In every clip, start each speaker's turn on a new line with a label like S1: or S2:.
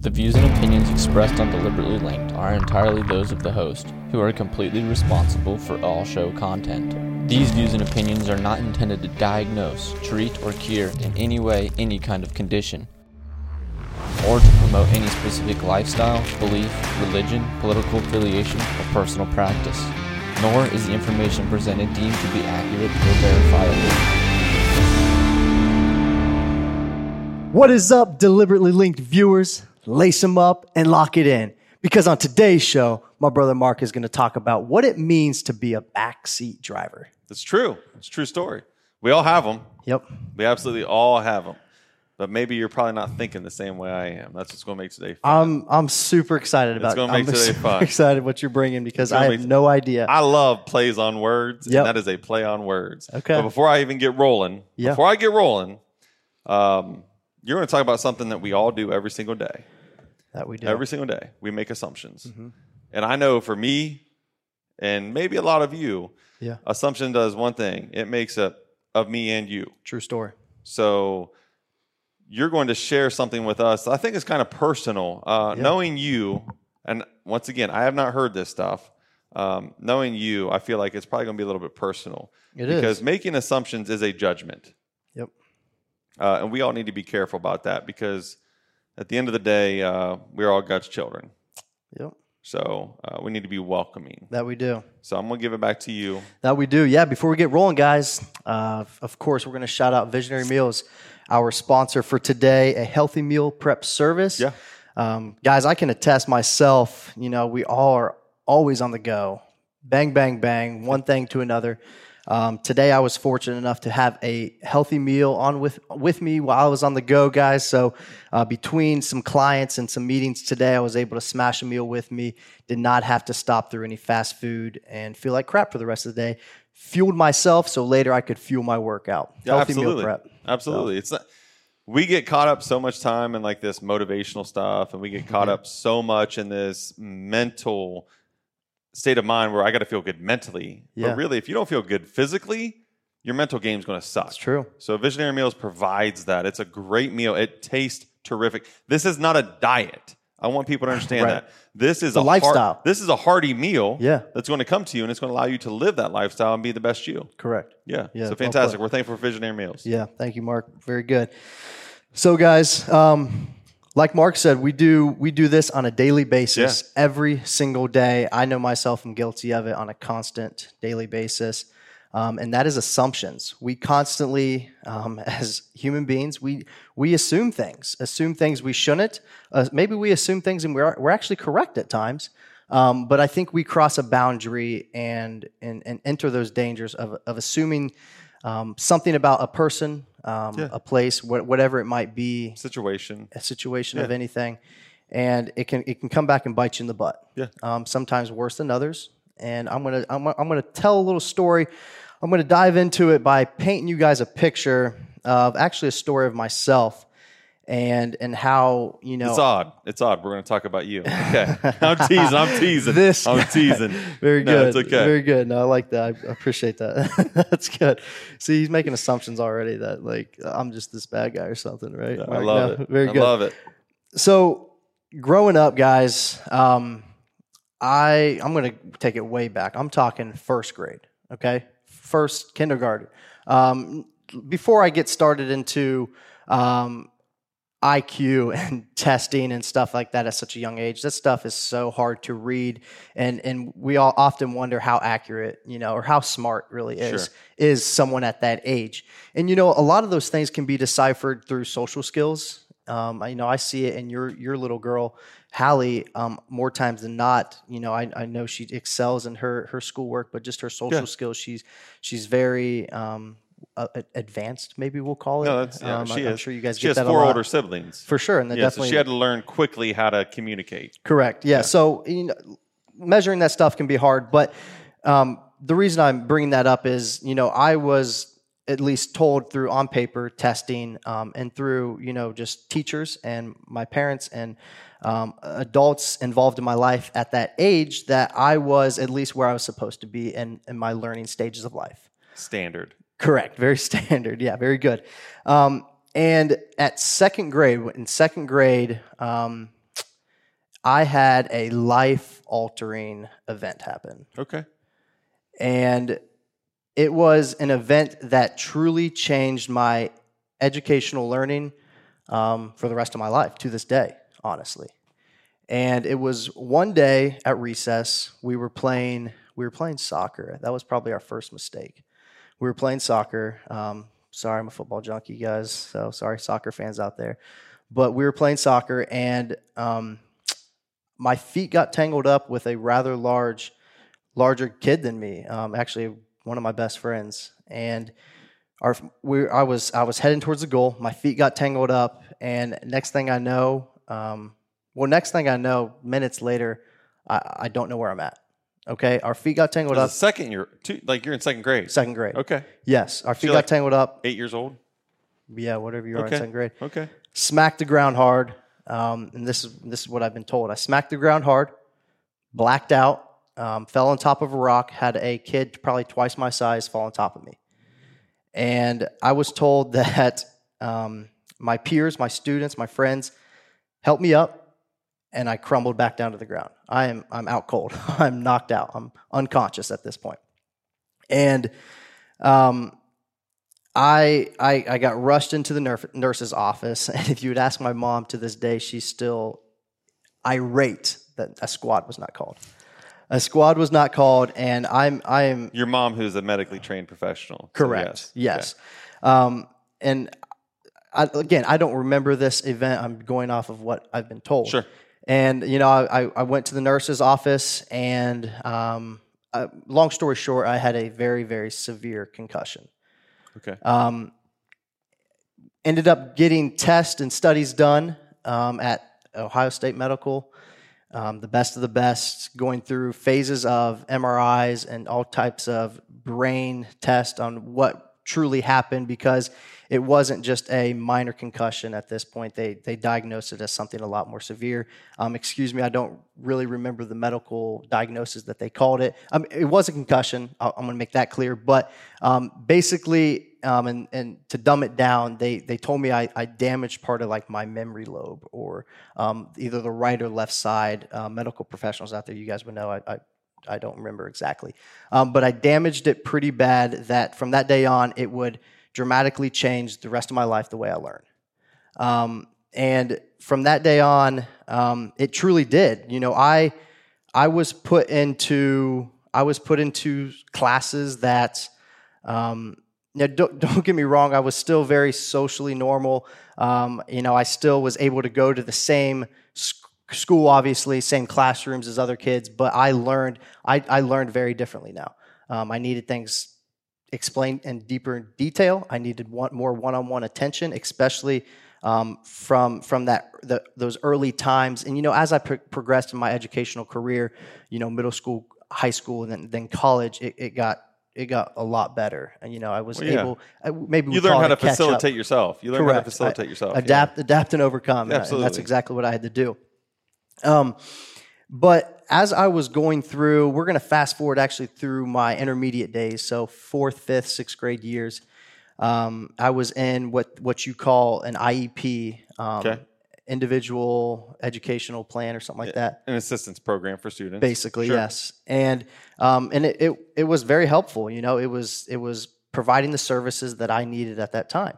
S1: The views and opinions expressed on Deliberately Linked are entirely those of the host, who are completely responsible for all show content. These views and opinions are not intended to diagnose, treat, or cure in any way any kind of condition, or to promote any specific lifestyle, belief, religion, political affiliation, or personal practice. Nor is the information presented deemed to be accurate or verifiable.
S2: What is up, deliberately linked viewers? Lace them up and lock it in. Because on today's show, my brother Mark is going to talk about what it means to be a backseat driver.
S3: It's true. It's a true story. We all have them.
S2: Yep.
S3: We absolutely all have them. But maybe you're probably not thinking the same way I am. That's what's going to make today fun.
S2: I'm I'm super excited about
S3: gonna
S2: I'm
S3: make today
S2: super
S3: fun.
S2: excited what you're bringing because I
S3: gonna
S2: have
S3: make-
S2: no idea.
S3: I love plays on words,
S2: Yep.
S3: and that is a play on words.
S2: Okay.
S3: But before I even get rolling,
S2: Yeah.
S3: before I get rolling, um, you're going to talk about something that we all do every single day.
S2: that we do.
S3: Every single day, we make assumptions.
S2: Mm-hmm.
S3: And I know for me, and maybe a lot of you,
S2: yeah.
S3: assumption does one thing it makes it of me and you.
S2: True story.
S3: So you're going to share something with us. I think it's kind of personal. Uh,
S2: Yeah.
S3: Knowing you, and once again, I have not heard this stuff. Um, knowing you, I feel like it's probably going to be a little bit personal
S2: It is.
S3: because making assumptions is a judgment.
S2: Yep.
S3: Uh, and we all need to be careful about that because at the end of the day, uh, we're all God's children.
S2: Yep.
S3: So uh, we need to be welcoming.
S2: That we do.
S3: So I'm going to give it back to you.
S2: That we do. Yeah. Before we get rolling, guys, uh, of course, we're going to shout out Visionary Meals, our sponsor for today, a healthy meal prep service.
S3: Yeah.
S2: Um, guys, I can attest myself, you know, we all are always on the go. Bang, bang, bang, one thing to another. Um, today, I was fortunate enough to have a healthy meal on with, with me while I was on the go, guys. So, uh, between some clients and some meetings today, I was able to smash a meal with me. Did not have to stop through any fast food and feel like crap for the rest of the day. Fueled myself so later I could fuel my workout.
S3: Yeah,
S2: healthy
S3: absolutely.
S2: meal prep.
S3: Absolutely. It's not, we get caught up so much time in like this motivational stuff and we get caught up so much in this mental state of mind where I got to feel good mentally.
S2: Yeah.
S3: But really, if you don't feel good physically, your mental game's going to suck.
S2: It's true.
S3: So Visionary Meals provides that. It's a great meal. It tastes terrific. This is not a diet. I want people to understand
S2: Right.
S3: that. This is
S2: a
S3: a, heart-
S2: lifestyle.
S3: this is a hearty meal
S2: Yeah.
S3: that's going to come to you and it's going to allow you to live that lifestyle and be the best you.
S2: Correct.
S3: Yeah.
S2: Yeah, well
S3: so
S2: put.
S3: fantastic. We're thankful for Visionary Meals.
S2: Yeah, thank you, Mark. Very good. So, guys, um, like Mark said, we do we do this on a daily basis, every single day. I know myself; I'm guilty of it on a constant daily basis, um, and that is assumptions. We constantly, um, as human beings, we we assume things, assume things we shouldn't. Uh, maybe we assume things, and we're we're actually correct at times. Um, but I think we cross a boundary and and, and enter those dangers of, of assuming um, something about a person, um, a place, wha- whatever it might be,
S3: Situation.
S2: a situation of anything, and it can it can come back and bite you in the butt.
S3: Yeah.
S2: Um, sometimes worse than others. And I'm gonna I'm, gonna- I'm gonna tell a little story. I'm gonna dive into it by painting you guys a picture of actually a story of myself and and how you know
S3: It's odd. It's odd. We're going to talk about you. Okay. I'm teasing. I'm teasing.
S2: This
S3: I'm teasing.
S2: Very
S3: No,
S2: good.
S3: it's okay.
S2: Very good. No, I like that. I appreciate that. That's good. See, he's making assumptions already that like I'm just this bad guy or something, right?
S3: I
S2: Mark?
S3: love
S2: No,
S3: it.
S2: Very
S3: I
S2: good.
S3: love it.
S2: So, growing up, guys, um, I I'm gonna take it way back. I'm talking first grade. Okay, first kindergarten. Um, before I get started into um, IQ and testing and stuff like that at such a young age. That stuff is so hard to read, and and we all often wonder how accurate, you know, or how smart really is
S3: Sure.
S2: is someone at that age. And you know, a lot of those things can be deciphered through social skills. Um, I, you know, I see it in your your little girl, Hallie, um, more times than not. You know, I, I know she excels in her her schoolwork, but just her social
S3: Yeah.
S2: skills, she's she's very um, a- a- advanced. Maybe we'll call it.
S3: No, that's, yeah,
S2: Um,
S3: she
S2: I-
S3: is.
S2: I'm sure you guys
S3: she
S2: get
S3: has
S2: that a
S3: four
S2: lot.
S3: older siblings.
S2: For sure, and that
S3: yeah. So
S2: definitely
S3: she had to learn quickly how to communicate.
S2: correct. Yeah, so you know, measuring that stuff can be hard, but um, the reason I'm bringing that up is you know I was at least told through on paper testing um, and through you know just teachers and my parents and um, adults involved in my life at that age that I was at least where I was supposed to be in, in my learning stages of life.
S3: Standard.
S2: Correct. Very standard. Yeah, very good. Um, and at second grade, in second grade, um, I had a life altering event happen.
S3: Okay.
S2: And it was an event that truly changed my educational learning um, for the rest of my life to this day, honestly. And it was one day at recess, we were playing, we were playing soccer. That was probably our first mistake. We were playing soccer. Um, sorry, I'm a football junkie, guys. So sorry, soccer fans out there. But we were playing soccer, and um, my feet got tangled up with a rather large, larger kid than me. Um, actually, one of my best friends, and our we I was I was heading towards the goal. My feet got tangled up, and next thing I know, um, well, next thing I know, minutes later, I, I don't know where I'm at. Okay, our feet got tangled
S3: This
S2: up.
S3: is second year, two, like you're in second grade.
S2: Second grade.
S3: Okay.
S2: Yes, our feet
S3: you're
S2: got
S3: like-
S2: tangled up.
S3: Eight years old.
S2: Yeah, whatever you are in
S3: Okay.
S2: second grade.
S3: Okay.
S2: Smacked the ground hard. Um, and this is this is what I've been told. I smacked the ground hard, blacked out, um, fell on top of a rock. Had a kid probably twice my size fall on top of me, and I was told that um, my peers, my students, my friends, helped me up, and I crumbled back down to the ground. I am I'm out cold. I'm knocked out. I'm unconscious at this point, and. Um, I, I I got rushed into the nerf, nurse's office, and if you would ask my mom to this day, she's still irate that a squad was not called. A squad was not called, and I'm I am
S3: Your mom, who's a medically trained professional. So
S2: correct.
S3: yes.
S2: yes, um, and I, again, I don't remember this event. I'm going off of what I've been told.
S3: Sure.
S2: And you know, I I- I went to the nurse's office, and um, uh, long story short, I had a very very severe concussion.
S3: Okay. Okay.
S2: Um, ended up getting tests and studies done um, at Ohio State Medical, um, the best of the best, going through phases of MRIs and all types of brain tests on what truly happened because it wasn't just a minor concussion at this point. They, they diagnosed it as something a lot more severe. Um, excuse me, I don't really remember the medical diagnosis that they called it. Um, it was a concussion. I- I'm going to make that clear. But um, basically, um, and, and to dumb it down, they, they told me I, I damaged part of like my memory lobe or um, either the right or left side. Uh, medical professionals out there, you guys would know. I, I, I don't remember exactly. Um, but I damaged it pretty bad that from that day on, it would dramatically change the rest of my life the way I learn. Um, and from that day on, um, it truly did. You know, I I was put into I was put into classes that um, now don't, don't get me wrong, I was still very socially normal. Um, you know, I still was able to go to the same sc- school, obviously, same classrooms as other kids, but I learned I, I learned very differently now. Um, I needed things explained in deeper detail. I needed one, more one-on-one attention, especially um, from from that the, those early times. And you know, as I pro- progressed in my educational career, you know, middle school, high school, and then, then college, it, it got it got a lot better. And you know, I was
S3: Well, yeah.
S2: able I, maybe we
S3: You learn
S2: call
S3: how
S2: it
S3: to
S2: a catch-up.
S3: facilitate yourself. You learn how to
S2: Correct. I-
S3: facilitate yourself. yeah.
S2: Adapt, adapt, and overcome. And, I- and that's
S3: Absolutely.
S2: exactly what I had to do. Um, but as I was going through, we're going to fast forward actually through my intermediate days, so fourth, fifth, sixth grade years. Um, I was in what what you call an IEP, um,
S3: Okay.
S2: individual educational plan or something like that.
S3: An assistance program for students.
S2: Basically,
S3: Sure.
S2: yes, and um, and it, it it was very helpful. You know, it was it was providing the services that I needed at that time.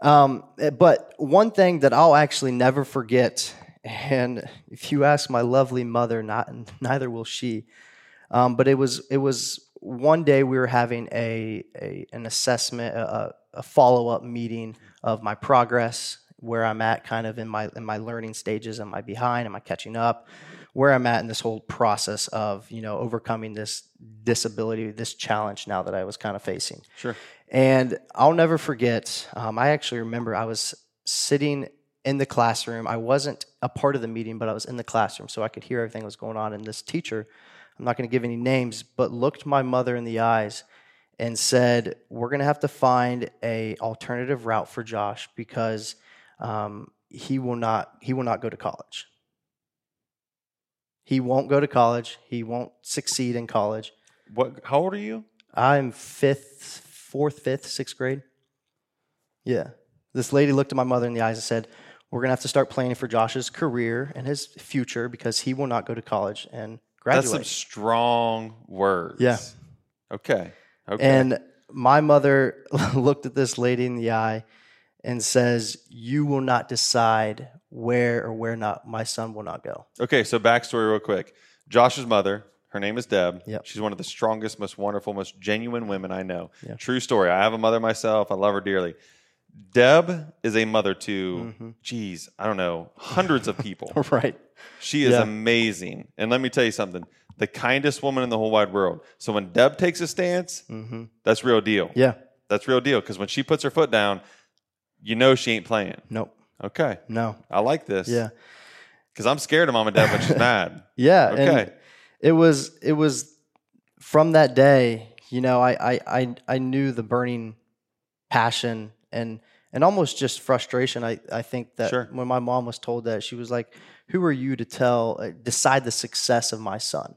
S2: Um, eh, but one thing that I'll actually never forget, and if you ask my lovely mother, not neither will she. Um, but it was it was one day we were having a, a an assessment, a, a follow up meeting of my progress, where I'm at, kind of in my in my learning stages. Am I behind? Am I catching up? Where I'm at in this whole process of you know overcoming this disability, this challenge now that I was kind of facing.
S3: Sure.
S2: And I'll never forget, um, I actually remember I was sitting in the classroom. I wasn't a part of the meeting, but I was in the classroom, so I could hear everything that was going on. And this teacher, I'm not going to give any names, but looked my mother in the eyes and said, "We're going to have to find a alternative route for Josh because um, he will not he will not go to college. He won't go to college. He won't succeed in college.
S3: What? How old are you?
S2: I'm fifth, fourth, fifth, sixth grade. Yeah. This lady looked at my mother in the eyes and said, we're going to have to start planning for Josh's career and his future because he will not go to college and
S3: That's some
S2: graduate.
S3: strong words.
S2: Yeah.
S3: Okay. Okay.
S2: And my mother looked at this lady in the eye and says, "You will not decide where or where not my son will not go."
S3: Okay, so backstory real quick. Josh's mother, her name is Deb.
S2: Yep.
S3: She's one of the strongest, most wonderful, most genuine women I know.
S2: Yeah.
S3: True story. I have a mother myself. I love her dearly. Deb is a mother to,
S2: Mm-hmm.
S3: geez, I don't know, hundreds of people.
S2: right.
S3: She is
S2: Yeah.
S3: amazing. And let me tell you something the kindest woman in the whole wide world. So when Deb takes a stance, that's real deal.
S2: Mm-hmm. Yeah.
S3: That's real deal. Because when she puts her foot down, you know she ain't playing.
S2: Nope.
S3: Okay.
S2: No.
S3: I like this.
S2: Yeah.
S3: Because I'm scared of mom and dad when she's mad.
S2: Yeah. And
S3: Okay.
S2: it was it was from that day, you know, I I I, I knew the burning passion and and almost just frustration. I, I think that
S3: Sure.
S2: when my mom was told that, she was like, "Who are you to tell uh, decide the success of my son?"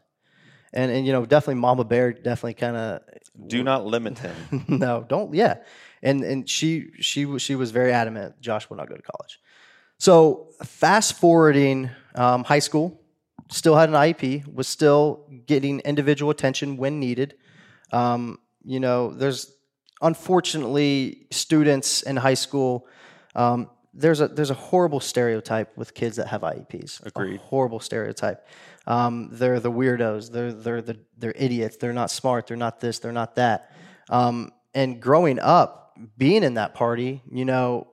S2: And and you know, definitely Mama Bear definitely kind of
S3: Do not limit him.
S2: no, don't. Yeah, and and she she was- she was very adamant. Josh will not go to college. So fast forwarding, um, high school, still had an IEP, was still getting individual attention when needed. Um, you know, there's unfortunately students in high school. Um, there's a there's a horrible stereotype with kids that have IEPs.
S3: Agreed.
S2: A horrible stereotype. Um, they're the weirdos. They're they're the they're idiots. They're not smart. They're not this. They're not that. Um, and growing up, being in that party, you know,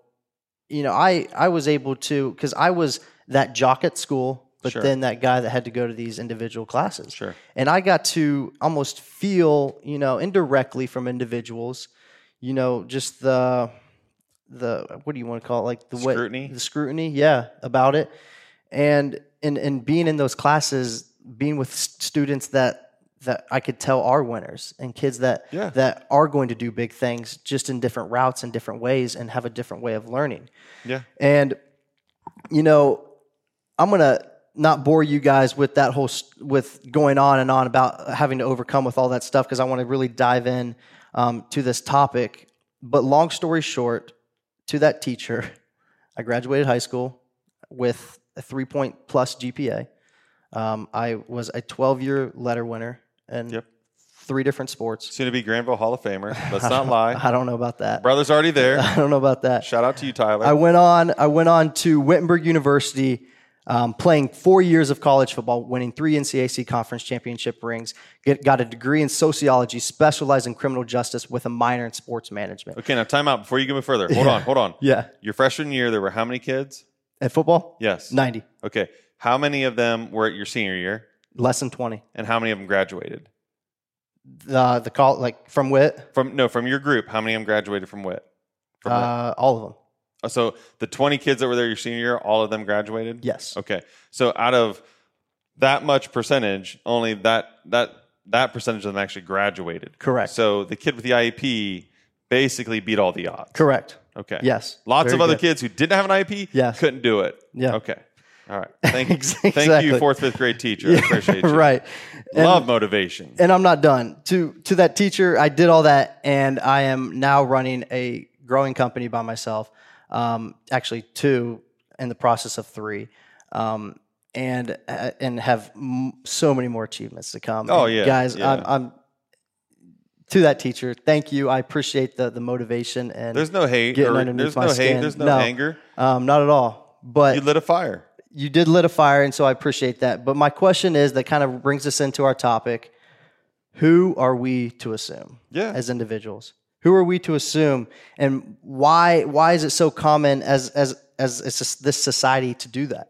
S2: you know, I I was able to because I was that jock at school, but
S3: Sure.
S2: then that guy that had to go to these individual classes.
S3: Sure.
S2: And I got to almost feel, you know, indirectly from individuals, you know, just the the what do you want to call it? Like the
S3: Scrutiny?
S2: way the scrutiny, yeah, about it. And and and being in those classes, being with s- students that that I could tell are winners and kids that
S3: Yeah.
S2: that are going to do big things just in different routes and different ways and have a different way of learning.
S3: Yeah.
S2: And you know, I'm gonna not bore you guys with that whole st- with going on and on about having to overcome with all that stuff because I want to really dive in um, to this topic. But long story short, to that teacher, I graduated high school with a three point plus GPA. Um, I was a 12 year letter winner in
S3: Yep.
S2: three different sports.
S3: Soon to be Granville Hall of Famer. Let's not lie.
S2: I don't know about that.
S3: Brother's already there.
S2: I don't know about that.
S3: Shout out to you, Tyler.
S2: I went on. I went on to Wittenberg University, um, playing four years of college football, winning three NCAC conference championship rings. Get, got a degree in sociology, specialized in criminal justice, with a minor in sports management.
S3: okay, now time out before you go any further. Hold on, hold on.
S2: Yeah,
S3: Your freshman year, there were how many kids?
S2: at football,
S3: Yes.
S2: ninety,
S3: Okay. How many of them were at your senior year,
S2: less than twenty.
S3: and how many of them graduated
S2: The the call like from Wit,
S3: from? No, from your group. How many of them graduated from Witt? From Witt?
S2: uh, all of them.
S3: Oh, So the twenty kids that were there your senior year, all of them graduated.
S2: Yes,
S3: Okay. So out of that much percentage, only that that that percentage of them actually graduated.
S2: Correct.
S3: So the kid with the IEP basically beat all the odds.
S2: correct.
S3: Okay.
S2: Yes,
S3: Lots
S2: Very
S3: of other
S2: good.
S3: kids who didn't have an IEP
S2: Yes.
S3: couldn't do it.
S2: Yeah.
S3: Okay. All right. Thank you. Thank
S2: Exactly.
S3: you, fourth, fifth grade teacher. I appreciate you.
S2: right. And-
S3: Love motivation.
S2: and I'm not done. To to that teacher, I did all that, and I am now running a growing company by myself. Um, actually, two in the process of three, um, and uh, and have m- so many more achievements to come.
S3: Oh,
S2: And
S3: yeah,
S2: guys, I'm,
S3: yeah.
S2: I'm to that teacher. Thank you. I appreciate the the motivation and
S3: there's no hate.
S2: getting
S3: Or,
S2: underneath
S3: there's
S2: my
S3: no hate.
S2: skin.
S3: There's no,
S2: No.
S3: anger.
S2: um, not at all. But
S3: You lit a fire.
S2: you did lit a fire, and so I appreciate that. But my question is that kind of brings us into our topic. Who are we to assume
S3: Yeah.
S2: as individuals? Who are we to assume, and why? Why is it so common as as as it's just this society to do that?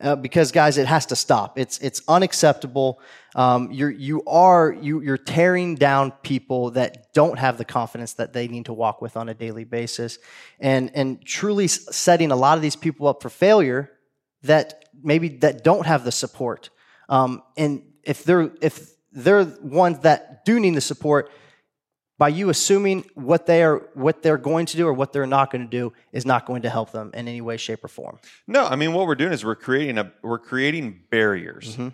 S2: Uh, because guys, it has to stop. It's it's unacceptable. Um, you're you are you you're tearing down people that don't have the confidence that they need to walk with on a daily basis, and and truly s- setting a lot of these people up for failure that maybe that don't have the support. Um, and if they're if they're ones that do need the support, by you assuming what they are what they're going to do or what they're not going to do is not going to help them in any way, shape, or form.
S3: No, I mean what we're doing is we're creating a we're creating barriers
S2: Mm-hmm.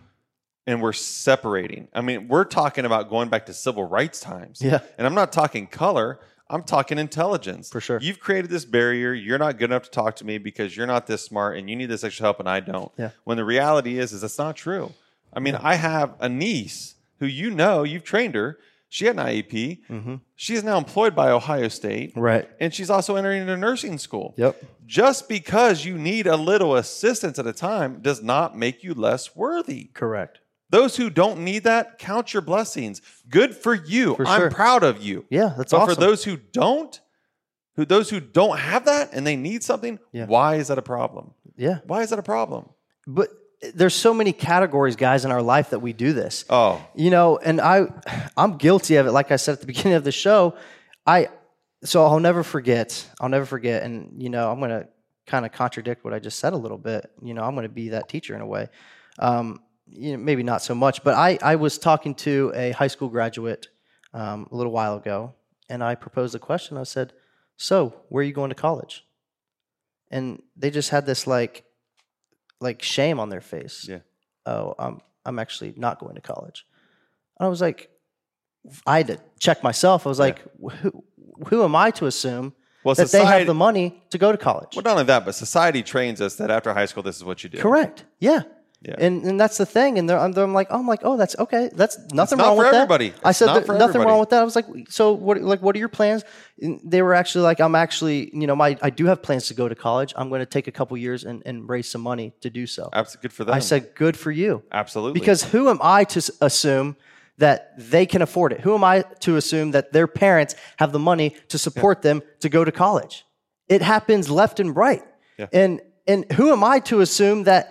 S3: and we're separating. I mean, we're talking about going back to civil rights times.
S2: Yeah.
S3: And I'm not talking color. I'm talking intelligence.
S2: For sure.
S3: You've created this barrier. You're not good enough to talk to me because you're not this smart and you need this extra help and I don't.
S2: Yeah.
S3: When the reality is, is that's not true. I mean, I have a niece who you know, you've trained her. She had an IEP. She is now employed by Ohio State.
S2: Mm-hmm. Right.
S3: And she's also entering into nursing school.
S2: Yep.
S3: Just because you need a little assistance at a time does not make you less worthy.
S2: Correct.
S3: Those who don't need that, count your blessings. Good for you.
S2: For
S3: I'm
S2: sure.
S3: proud of you.
S2: Yeah, that's
S3: but
S2: awesome.
S3: for those who don't, who those who don't have that and they need something,
S2: Yeah.
S3: why is that a problem?
S2: yeah.
S3: Why is that a problem?
S2: But there's so many categories, guys, in our life that we do this.
S3: Oh,
S2: you know and i i'm guilty of it like i said at the beginning of the show i so i'll never forget i'll never forget and you know i'm going to kind of contradict what i just said a little bit you know i'm going to be that teacher in a way um, you know, maybe not so much but i i was talking to a high school graduate um, a little while ago and i proposed a question i said so where are you going to college and they just had this like like shame on their face
S3: Yeah.
S2: oh i'm i'm actually not going to college and i was like i had to check myself i was like who, who am i to assume
S3: well,
S2: that they
S3: society.
S2: have the money to go to college
S3: well, not only that, but society trains us that after high school, this is what you do.
S2: correct yeah
S3: Yeah.
S2: And, and that's the thing, and they're, I'm, I'm like, oh, I'm like, oh, that's okay. That's nothing
S3: not
S2: wrong
S3: for
S2: with
S3: everybody.
S2: that. I
S3: It's
S2: said
S3: not
S2: there-
S3: for
S2: nothing
S3: everybody.
S2: wrong with that. I was like, so what? Like, what are your plans? And they were actually like, I'm actually, you know, my I do have plans to go to college. I'm going to take a couple years and, and raise some money to do so.
S3: Abs- good for them.
S2: I said, good for you.
S3: absolutely
S2: Because who am I to s- assume that they can afford it? Who am I to assume that their parents have the money to support them to go to college? It happens left and right.
S3: Yeah.
S2: And and who am I to assume that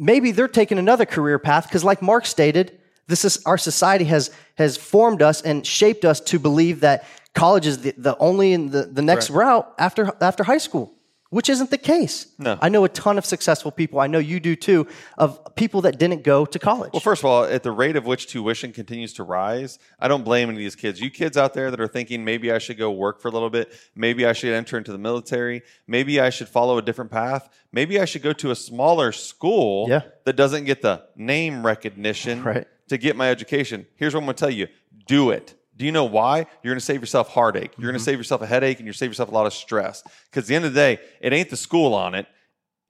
S2: maybe they're taking another career path because like mark stated this is our society has has formed us and shaped us to believe that college is the, the only and the, the next route after after high school which isn't the case
S3: No.
S2: i know a ton of successful people i know you do too of people that didn't go to college
S3: Well, first of all, at the rate of which tuition continues to rise, I don't blame any of these kids. You kids out there that are thinking maybe I should go work for a little bit, maybe I should enter into the military, maybe I should follow a different path, maybe I should go to a smaller school
S2: Yeah.
S3: that doesn't get the name recognition
S2: Right.
S3: to get my education. Here's what I'm going to tell you do it. Do you know why? You're going to save yourself heartache. You're
S2: Mm-hmm.
S3: going to save yourself a headache and you're save yourself a lot of stress. Because at the end of the day, it ain't the school on it.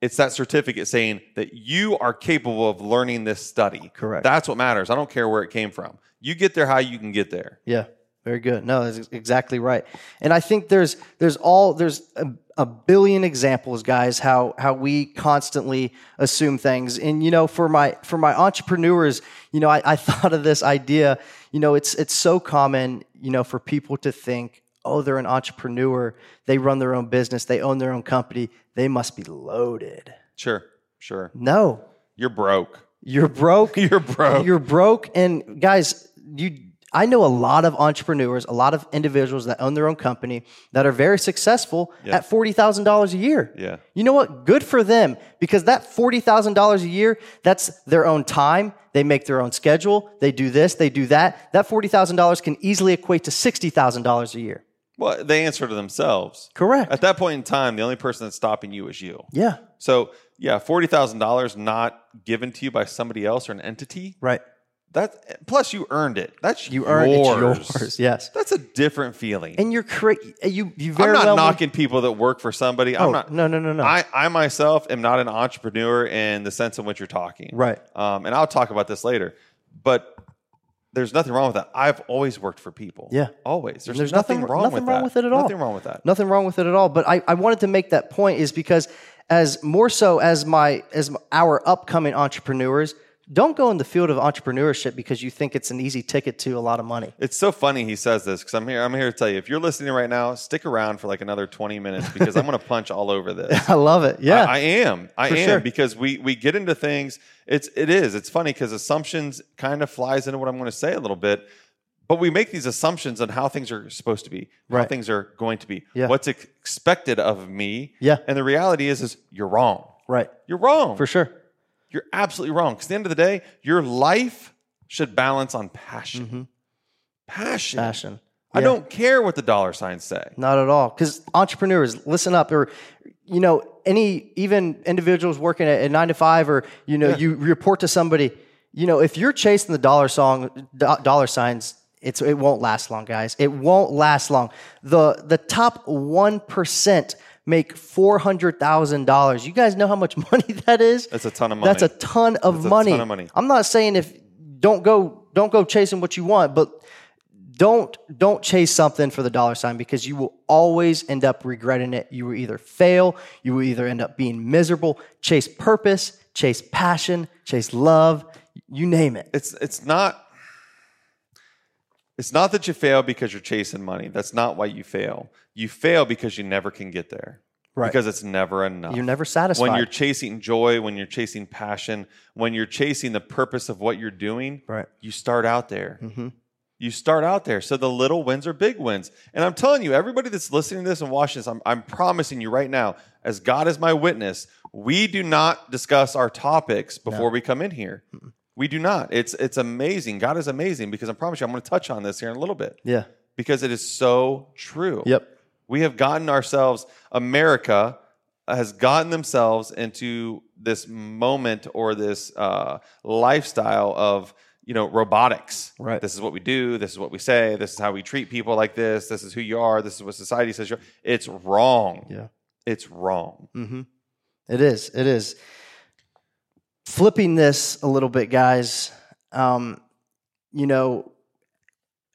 S3: It's that certificate saying that you are capable of learning this study.
S2: Correct.
S3: That's what matters. I don't care where it came from. You get there how you can get there.
S2: Yeah, very good. No, that's ex- exactly right. And I think there's there's all there's a, a billion examples, guys, how how we constantly assume things. And you know, for my for my entrepreneurs, you know, I, I thought of this idea. You know, it's it's so common, you know, for people to think, oh, they're an entrepreneur, they run their own business, they own their own company, they must be loaded.
S3: Sure, sure.
S2: No,
S3: You're broke.
S2: you're broke.
S3: You're broke.
S2: You're broke. And guys, you I know a lot of entrepreneurs, a lot of individuals that own their own company that are very successful at forty thousand dollars a year.
S3: Yeah.
S2: You know what? Good for them because that forty thousand dollars a year, that's their own time. They make their own schedule. They do this. They do that. That forty thousand dollars can easily equate to sixty thousand dollars a year.
S3: Well, they answer to themselves.
S2: Correct.
S3: At that point in time, the only person that's stopping you is you.
S2: yeah.
S3: So, yeah, $40,000 not given to you by somebody else or an entity.
S2: Right.
S3: That plus you earned it. That's
S2: You earn
S3: yours.
S2: it's yours. Yes.
S3: That's a different feeling.
S2: And you're crazy. You you very
S3: I'm not
S2: well may-
S3: knocking people that work for somebody.
S2: Oh,
S3: I'm not.
S2: no, no, no, no.
S3: I, I myself am not an entrepreneur in the sense in which you're talking.
S2: Right.
S3: Um, and I'll talk about this later. But there's nothing wrong with that. I've always worked for people.
S2: Yeah.
S3: Always. There's,
S2: There's
S3: nothing,
S2: nothing-
S3: wrong
S2: nothing
S3: with
S2: wrong
S3: that.
S2: with it at all.
S3: Nothing wrong with that.
S2: Nothing wrong with it at all. But I, I wanted to make that point is because as more so as my as our upcoming entrepreneurs, don't go in the field of entrepreneurship because you think it's an easy ticket to a lot of money.
S3: It's so funny he says this because I'm here. I'm here to tell you. If you're listening right now, stick around for like another 20 minutes because I'm going to punch all over this.
S2: I love it. Yeah.
S3: I, I am. I
S2: For
S3: am
S2: sure.
S3: because we we get into things. It's it is. It's funny because assumptions kind of flies into what I'm going to say a little bit. But we make these assumptions on how things are supposed to be, how
S2: Right.
S3: things are going to be,
S2: Yeah.
S3: what's ex- expected of me.
S2: Yeah.
S3: And the reality is, is you're wrong.
S2: right.
S3: You're wrong.
S2: For sure.
S3: You're absolutely wrong. Because at the end of the day, your life should balance on passion. Passion.
S2: Mm-hmm. Passion.
S3: I
S2: Yeah.
S3: don't care what the dollar signs say.
S2: Not at all. Because entrepreneurs, listen up, or you know, any even individuals working at, at nine to five, or you know, you report to somebody. You know, if you're chasing the dollar song, do- dollar signs, It's it won't last long, guys. It won't last long. The the top one percent make four hundred thousand dollars. You guys know how much money that is.
S3: That's a ton of money.
S2: That's a ton of
S3: That's a
S2: money.
S3: ton of money.
S2: I'm not saying if don't go don't go chasing what you want, but don't don't chase something for the dollar sign because you will always end up regretting it. You will either fail, you will either end up being miserable. Chase purpose, chase passion, chase love, you name it.
S3: it's it's not it's not that you fail because you're chasing money. That's not why you fail. You fail because you never can get there.
S2: Right.
S3: Because it's never enough.
S2: You're never satisfied.
S3: When you're chasing joy, when you're chasing passion, when you're chasing the purpose of what you're doing,
S2: Right. Mm-hmm.
S3: you start out there. You start out there. So the little wins are big wins. And I'm telling you, everybody that's listening to this and watching this, I'm, I'm promising you right now, as God is my witness, we do not discuss our topics before we come in here. We do not. It's it's amazing. God is amazing because I promise you, I'm going to touch on this here in a little bit
S2: yeah.
S3: because it is so true.
S2: Yep.
S3: We have gotten ourselves, America has gotten themselves into this moment or this uh, lifestyle of, you know, robotics.
S2: Right.
S3: This is what we do. This is what we say. This is how we treat people like this. This is who you are. This is what society says you are. It's wrong.
S2: Yeah.
S3: It's wrong.
S2: Mm-hmm. It is. It is. Flipping this a little bit, guys, um, you know,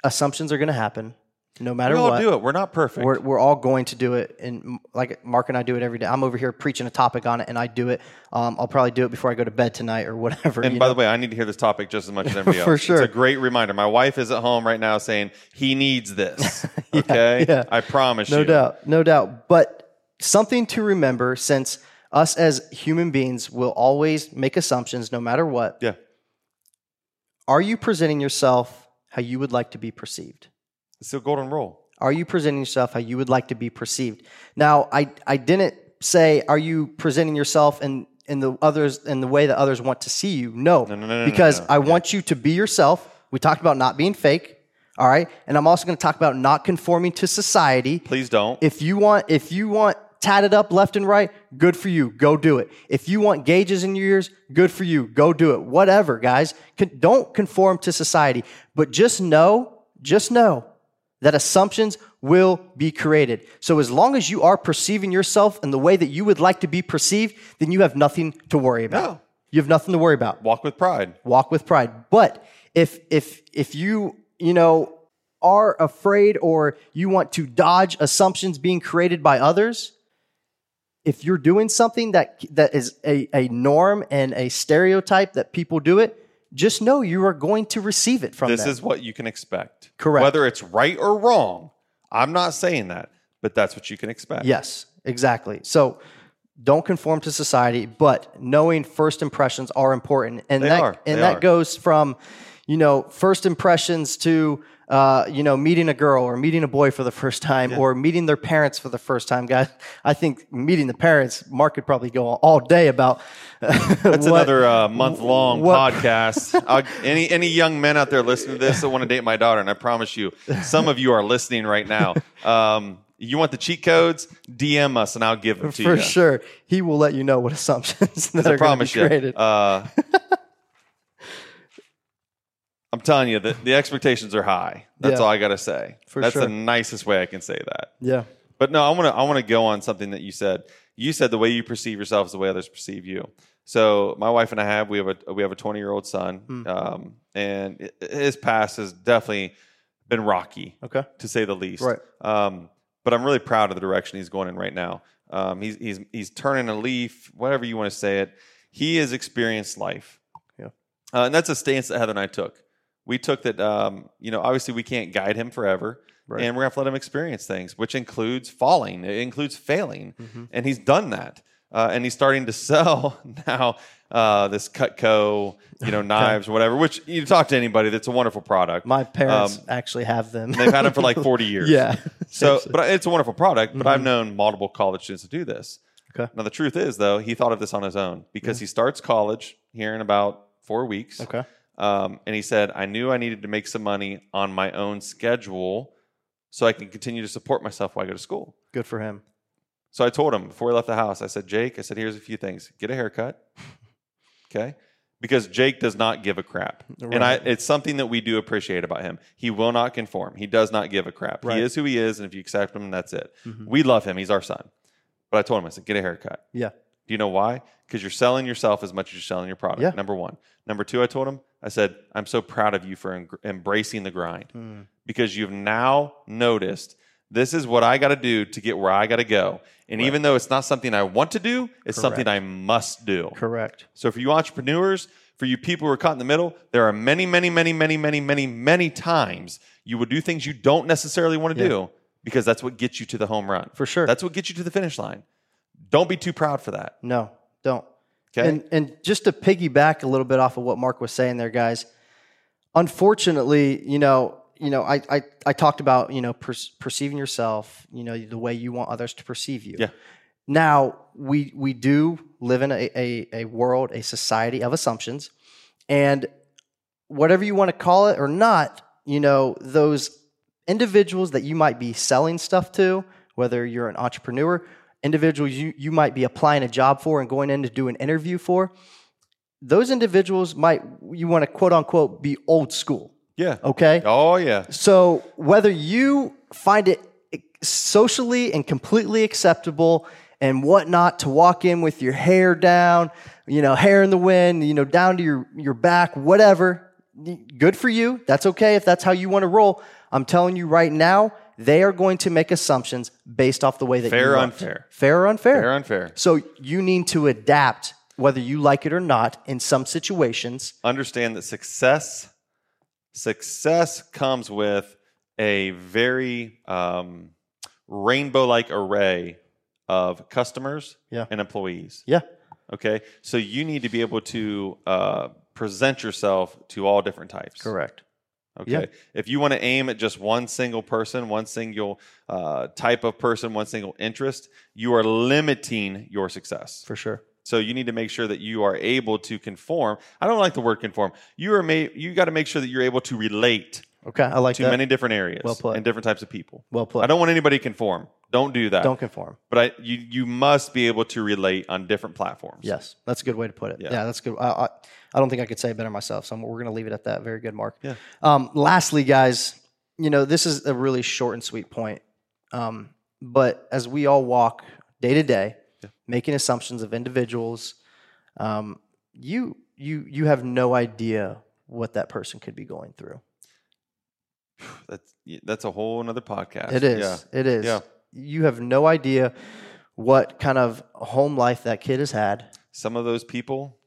S2: assumptions are going to happen no matter
S3: we all
S2: what.
S3: do it. We're not perfect.
S2: We're, we're all going to do it. And m- like Mark and I do it every day. I'm over here preaching a topic on it and I do it. Um, I'll probably do it before I go to bed tonight or whatever.
S3: and
S2: you
S3: by
S2: know?
S3: the way, I need to hear this topic just as much as everybody else.
S2: For sure.
S3: It's a great reminder. My wife is at home right now saying he needs this. okay.
S2: yeah.
S3: I promise
S2: no
S3: you.
S2: doubt. No doubt. But something to remember since us as human beings will always make assumptions no matter what.
S3: Yeah.
S2: Are you presenting yourself how you would like to be perceived?
S3: It's the golden rule.
S2: Are you presenting yourself how you would like to be perceived? Now, I, I didn't say are you presenting yourself in, in the others in the way that others want to see you? No.
S3: no, no, no,
S2: because
S3: no.
S2: I want you to be yourself. We talked about not being fake. All right. And I'm also going to talk about not conforming to society.
S3: Please don't.
S2: If you want, if you want tatted up left and right, good for you. Go do it. If you want gauges in your ears, good for you. Go do it. Whatever, guys. Con- don't conform to society, but just know, just know that assumptions will be created. So as long as you are perceiving yourself in the way that you would like to be perceived, then you have nothing to worry about.
S3: No.
S2: You have nothing to worry about
S3: Walk with pride.
S2: walk with pride but if if if you you know are afraid or you want to dodge assumptions being created by others if you're doing something that that is a, a norm and a stereotype that people do it just know you are going to receive it from
S3: This
S2: them
S3: is what you can expect.
S2: Correct.
S3: Whether it's right or wrong, I'm not saying that, but that's what you can expect.
S2: yes exactly so don't conform to society but knowing first impressions are important and
S3: They
S2: that
S3: are.
S2: and
S3: They
S2: that
S3: are.
S2: goes from you know first impressions to uh, you know meeting a girl or meeting a boy for the first time or meeting their parents for the first time guys i think meeting the parents mark could probably go all day about
S3: That's another uh, month long
S2: what-
S3: podcast. I'll, any any young men out there listening to this that want to date my daughter, and I promise you, some of you are listening right now. Um, you want the cheat codes? DM us, and I'll give them to
S2: for
S3: you.
S2: sure he will let you know what assumptions that
S3: I
S2: are going to be
S3: promise you.
S2: created
S3: Uh, I'm telling you that the expectations are high. That's
S2: Yeah.
S3: all I got to say.
S2: For
S3: That's the
S2: sure.
S3: nicest way I can say that.
S2: yeah
S3: But no, I want to I want to go on something that you said. You said the way you perceive yourself is the way others perceive you. So my wife and I have we have a we have a 20 year old son, um, and i- his past has definitely been rocky
S2: okay
S3: to say the least.
S2: Right.
S3: Um, but I'm really proud of the direction he's going in right now. Um, he's he's he's turning a leaf, whatever you want to say it. He has experienced life.
S2: Yeah.
S3: Uh, and that's a stance that Heather and I took. We took that. Um, you know, obviously we can't guide him forever,
S2: Right.
S3: and we're gonna have to let him experience things, which includes falling, it includes failing,
S2: Mhm.
S3: and he's done that. Uh, and he's starting to sell now uh, this Cutco, you know, knives, whatever. Which you talk to anybody, that's a wonderful product.
S2: my parents
S3: Um,
S2: actually have them
S3: They've had them for like 40 years.
S2: yeah
S3: So,
S2: Seriously.
S3: but it's a wonderful product. But I've known multiple college students to do this.
S2: Mm-hmm. Okay.
S3: Now, the truth is, though, he thought of this on his own because he starts college here in about four weeks.
S2: okay
S3: Um, and he said, I knew I needed to make some money on my own schedule so I can continue to support myself while I go to school.
S2: good for him
S3: So I told him before he left the house, I said, Jake, I said, here's a few things get a haircut. Okay. because Jake does not give a crap.
S2: Right.
S3: And I, it's something that we do appreciate about him. He will not conform. He does not give a crap.
S2: Right. Mm-hmm.
S3: He is who he is, and if you accept him, that's it. We love him. He's our son. But I told him, I said, get a haircut.
S2: Yeah.
S3: Do you know why? Because you're selling yourself as much as you're selling your product.
S2: Yeah.
S3: Number one. Number two, I told him, I said, I'm so proud of you for en- embracing the grind
S2: Hmm.
S3: because you've now noticed this is what I got to do to get where I got to go. And even though it's not something I want to do, it's something I must do.
S2: Correct.
S3: So for you entrepreneurs, for you people who are caught in the middle, there are many, many, many, many, many, many, many times you will do things you don't necessarily want to do because that's what gets you to the home run.
S2: For sure.
S3: That's what gets you to the finish line. Don't be too proud for that.
S2: No, don't.
S3: Okay.
S2: And and just to piggyback a little bit off of what Mark was saying there, guys. Unfortunately, you know, you know, I I, I talked about you know per- perceiving yourself, you know, the way you want others to perceive you.
S3: Yeah.
S2: Now we we do live in a a, a world, a society of assumptions, and whatever you want to call it or not, you know, those individuals that you might be selling stuff to, whether you're an entrepreneur, individuals you, you might be applying a job for and going in to do an interview for, those individuals might, you want to quote unquote, be old school.
S3: yeah.
S2: Okay.
S3: Oh yeah.
S2: So whether you find it socially and completely acceptable and whatnot to walk in with your hair down, you know, hair in the wind, you know, down to your your back, whatever, good for you. That's okay if that's how you want to roll. I'm telling you right now, they are going to make assumptions based off the way that
S3: Fair
S2: you
S3: or
S2: want.
S3: unfair?
S2: Fair or unfair.
S3: Fair unfair.
S2: So you need to adapt whether you like it or not in some situations.
S3: Understand that success success comes with a very um, rainbow-like array of customers
S2: Yeah.
S3: and employees.
S2: Yeah.
S3: Okay. So you need to be able to uh, present yourself to all different types.
S2: Correct.
S3: Okay.
S2: Yeah.
S3: If you want to aim at just one single person, one single uh, type of person, one single interest, you are limiting your success.
S2: For sure.
S3: So you need to make sure that you are able to conform. I don't like the word conform. You are made. You got to make sure that you're able to relate
S2: Okay. I like
S3: to
S2: that.
S3: many different areas
S2: Well put.
S3: and different types of people.
S2: well played.
S3: I don't want anybody to conform. Don't do that.
S2: don't conform.
S3: But I, you you must be able to relate on different platforms.
S2: Yes, that's a good way to put it. Yeah,
S3: Yeah.
S2: that's good. I, I, I don't think I could say it better myself. So I'm- we're going to leave it at that. Very good, Mark.
S3: Yeah.
S2: Um, lastly, guys, you know this is a really short and sweet point. Um, but as we all walk day to day, making assumptions of individuals, um, you you you have no idea what that person could be going through.
S3: That's that's a whole another podcast.
S2: It is.
S3: Yeah.
S2: It is.
S3: Yeah.
S2: You have no idea what kind of home life that kid has had.
S3: Some of those people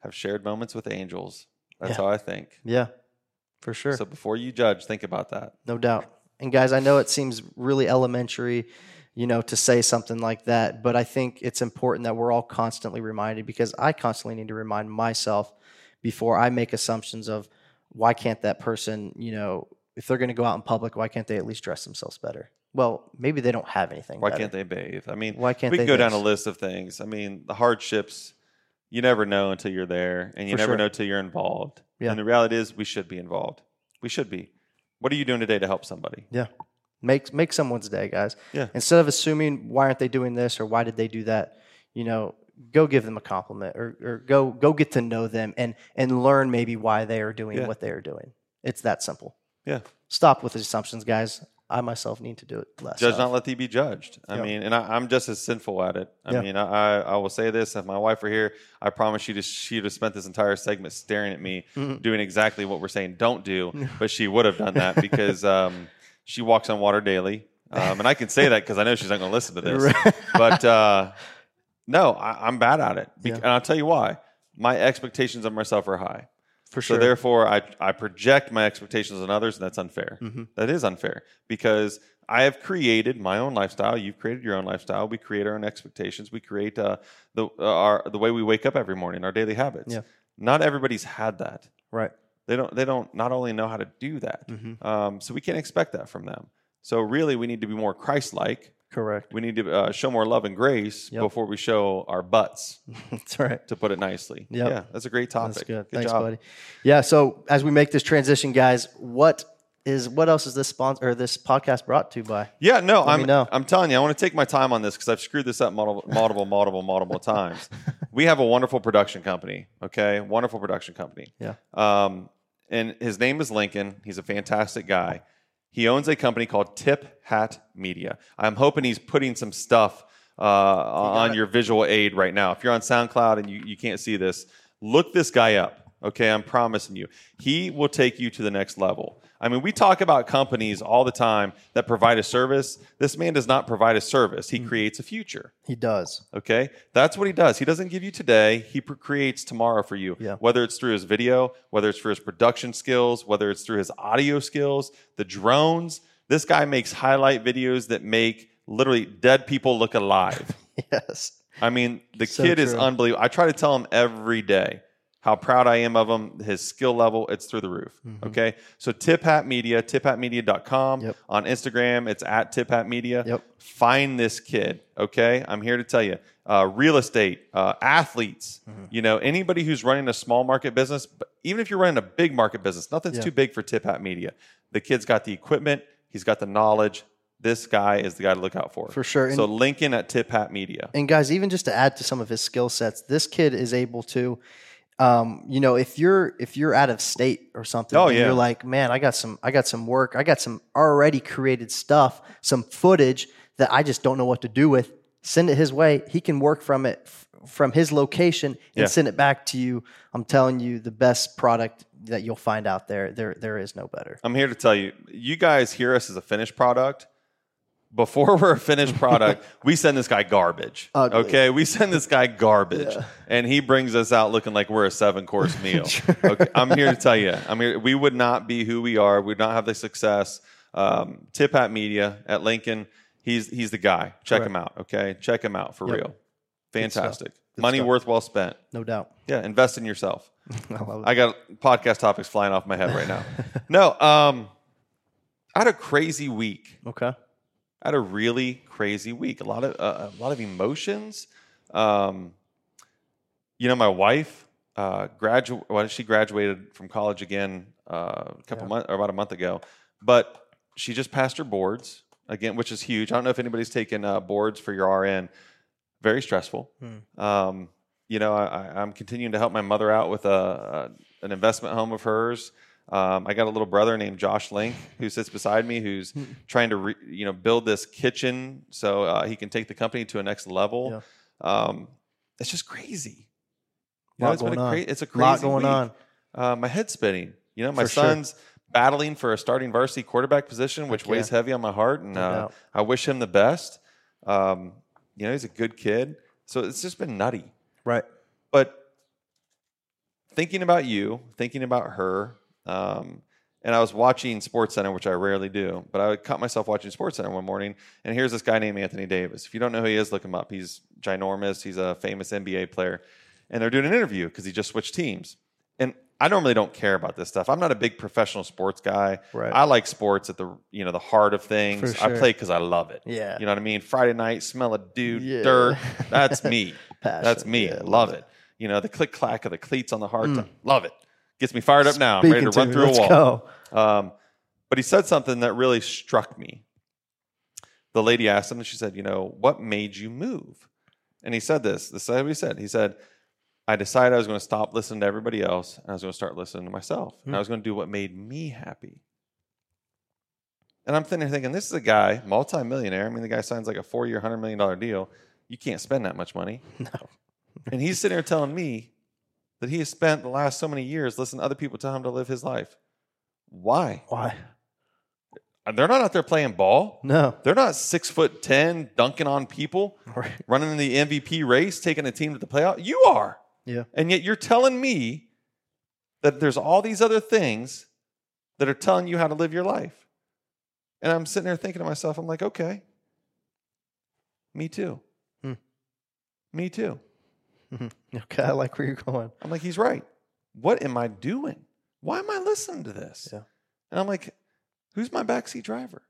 S3: have shared moments with angels. That's
S2: Yeah.
S3: how I think.
S2: Yeah, for sure.
S3: So before you judge, think about that.
S2: No doubt. And guys, I know it seems really elementary, you know, to say something like that, but I think it's important that we're all constantly reminded because I constantly need to remind myself before I make assumptions of why can't that person, you know, if they're going to go out in public, why can't they at least dress themselves better? Well, maybe they don't have anything.
S3: Why
S2: better.
S3: can't they bathe? I mean,
S2: Why can't
S3: we
S2: they
S3: can go down a
S2: bathe?
S3: list of things. I mean, the hardships. You never know until you're there, and you
S2: For
S3: never
S2: sure.
S3: know till you're involved.
S2: Yeah.
S3: And the reality is, we should be involved. We should be. What are you doing today to help somebody?
S2: Yeah. Make make someone's day, guys.
S3: Yeah.
S2: Instead of assuming why aren't they doing this or why did they do that, you know, go give them a compliment or, or go go get to know them and and learn maybe why they are doing
S3: Yeah.
S2: what they are doing. It's that simple.
S3: Yeah.
S2: Stop with the assumptions, guys. I myself need to do it less.
S3: Judge
S2: of.
S3: not, let thee be judged. I
S2: Yeah.
S3: mean, and I, I'm just as sinful at it. I
S2: Yeah.
S3: mean, I, I I will say this: if my wife were here, I promise you, she'd have spent this entire segment staring at me,
S2: Mm-hmm.
S3: doing exactly what we're saying don't do. But she would have done that because um, she walks on water daily, um, and I can say that because I know she's not going to listen to this. but uh, no, I, I'm bad at it, Bec-
S2: Yeah.
S3: and I'll tell you why. My expectations of myself are high.
S2: for sure.
S3: So therefore, I I project my expectations on others, and that's unfair.
S2: Mm-hmm.
S3: That is unfair because I have created my own lifestyle. You've created your own lifestyle. We create our own expectations. We create uh, the uh, our the way we wake up every morning, our daily habits.
S2: Yeah.
S3: Not everybody's had that.
S2: right.
S3: They don't. They don't. Not only know how to do that,
S2: Mhm.
S3: um, so we can't expect that from them. So really, we need to be more Christ-like.
S2: Correct.
S3: We need to uh, show more love and grace
S2: Yep.
S3: before we show our butts,
S2: That's right.
S3: to put it nicely.
S2: Yep.
S3: Yeah, that's a great topic.
S2: That's good. Thanks, buddy. Yeah. So as we make this transition, guys, what is what else is this sponsor or this podcast brought to you by?
S3: Yeah, no, I'm
S2: me know.
S3: I'm telling you, I want to take my time on this because I've screwed this up multiple, multiple, multiple, multiple times. We have a wonderful production company. Okay, wonderful production company.
S2: Yeah.
S3: Um, and his name is Lincoln. He's a fantastic guy. He owns a company called Tip Hat Media. I'm hoping he's putting some stuff uh, on your visual aid right now. If you're on SoundCloud and you, you can't see this, look this guy up. Okay, I'm promising you. He will take you to the next level. I mean, we talk about companies all the time that provide a service. This man does not provide a service, he creates a future.
S2: He does.
S3: Okay, that's what he does. He doesn't give you today; he pr- creates tomorrow for you.
S2: Yeah.
S3: Whether it's through his video, whether it's through his production skills, whether it's through his audio skills, the drones. This guy makes highlight videos that make literally dead people look alive.
S2: Yes.
S3: I mean, the
S2: So
S3: kid is
S2: true.
S3: unbelievable. I try to tell him every day how proud I am of him, his skill level, it's through the roof. Okay. So tip hat media, tiphatmedia.com.
S2: Mm-hmm. Yep.
S3: On Instagram, it's at tip hat media.
S2: Yep.
S3: Find this kid. Okay. I'm here to tell you. Uh, real estate, uh, athletes,
S2: Mm-hmm.
S3: you know, anybody who's running a small market business, but even if you're running a big market business, nothing's
S2: Yeah.
S3: too big for tip hat media. The kid's got the equipment, he's got the knowledge. This guy is the guy to look out for.
S2: For sure. And-
S3: So Lincoln at Tip Hat Media.
S2: And guys, even just to add to some of his skill sets, this kid is able to, um, you know, if you're if you're out of state or something,
S3: Oh,
S2: and
S3: yeah.
S2: you're like, man, I got some, I got some work, I got some already created stuff, some footage that I just don't know what to do with. Send it his way. He can work from it f- from his location and
S3: Yeah.
S2: send it back to you. I'm telling you, the best product that you'll find out there. There, there is no better.
S3: I'm here to tell you, you guys hear us as a finished product. Before we're a finished product, we send this guy garbage.
S2: Ugly.
S3: Okay, we send this guy garbage, and he brings us out looking like we're a seven course meal. okay, I'm here to tell you, I'm here. We would not be who we are. We would not have the success. Um, Tip Hat Media at Lincoln. He's he's the guy. Check him out. Okay, check him out for
S2: Yep.
S3: real. Fantastic
S2: Good
S3: money
S2: stuff.
S3: worth well spent.
S2: No doubt.
S3: Yeah, invest in yourself.
S2: I love it.
S3: I got podcast topics flying off my head right now. no, um, I had a crazy week.
S2: okay.
S3: I had a really crazy week. A lot of uh, a lot of emotions. Um, you know, my wife uh, gradu- well, she graduated from college again uh, a couple
S2: Yeah.
S3: months or about a month ago, but she just passed her boards again, which is huge. I don't know if anybody's taken uh, boards for your RN. Very stressful.
S2: Hmm.
S3: Um, you know, I, I- I'm continuing to help my mother out with a, a an investment home of hers. Um, I got a little brother named Josh Link who sits beside me, who's trying to re, you know build this kitchen so uh, he can take the company to a next level. Um, it's just crazy. You know,
S2: Lot
S3: it's been
S2: going
S3: a
S2: on.
S3: cra- it's a crazy
S2: Lot going
S3: week.
S2: on.
S3: Uh, my head's spinning. You know, my
S2: For sure.
S3: son's battling for a starting varsity quarterback position, which
S2: Heck
S3: weighs
S2: yeah.
S3: heavy on my heart, and
S2: No
S3: uh,
S2: doubt.
S3: I wish him the best. Um, you know, he's a good kid, so it's just been nutty.
S2: Right.
S3: But thinking about you, thinking about her, um, and I was watching Sports Center, which I rarely do, but I caught myself watching Sports Center one morning, and here's this guy named Anthony Davis. If you don't know who he is, look him up. He's ginormous. He's a famous NBA player, and they're doing an interview because he just switched teams. And I normally don't care about this stuff. I'm not a big professional sports guy.
S2: Right.
S3: I like sports at the you know the heart of things.
S2: sure.
S3: I play because I love it.
S2: Yeah.
S3: You know what I mean? Friday night, smell a dude,
S2: Yeah.
S3: dirt. That's me.
S2: Passion.
S3: That's me.
S2: Yeah,
S3: love,
S2: love Mm.
S3: it. You know, the click clack of the cleats on the hard top. Love it. Gets me fired up now. I'm
S2: Speaking
S3: ready to run
S2: me,
S3: through
S2: let's
S3: a wall.
S2: Go.
S3: Um, but he said something that really struck me. The lady asked him, she said, You know, what made you move? And he said this. This is what he said. He said, I decided I was going to stop listening to everybody else and I was going to start listening to myself. And I was going to do what made me happy. And I'm sitting there thinking, this is a guy, multimillionaire. I mean, the guy signs like a four year, $100 million deal. You can't spend that much money. No. and he's sitting there telling me that he has spent the last so many years listening to other people tell him to live his life. Why?
S2: Why?
S3: They're not out there playing ball.
S2: No.
S3: They're not six foot 10, dunking on people,
S2: Right.
S3: running in the MVP race, taking a team to the playoff. You are.
S2: Yeah.
S3: And yet you're telling me that there's all these other things that are telling you how to live your life. And I'm sitting there thinking to myself, I'm like, okay, me too.
S2: Hmm.
S3: Me too.
S2: Okay, I like where you're going.
S3: I'm like, he's right. What am I doing? Why am I listening to this?
S2: Yeah.
S3: And I'm like, who's my backseat driver?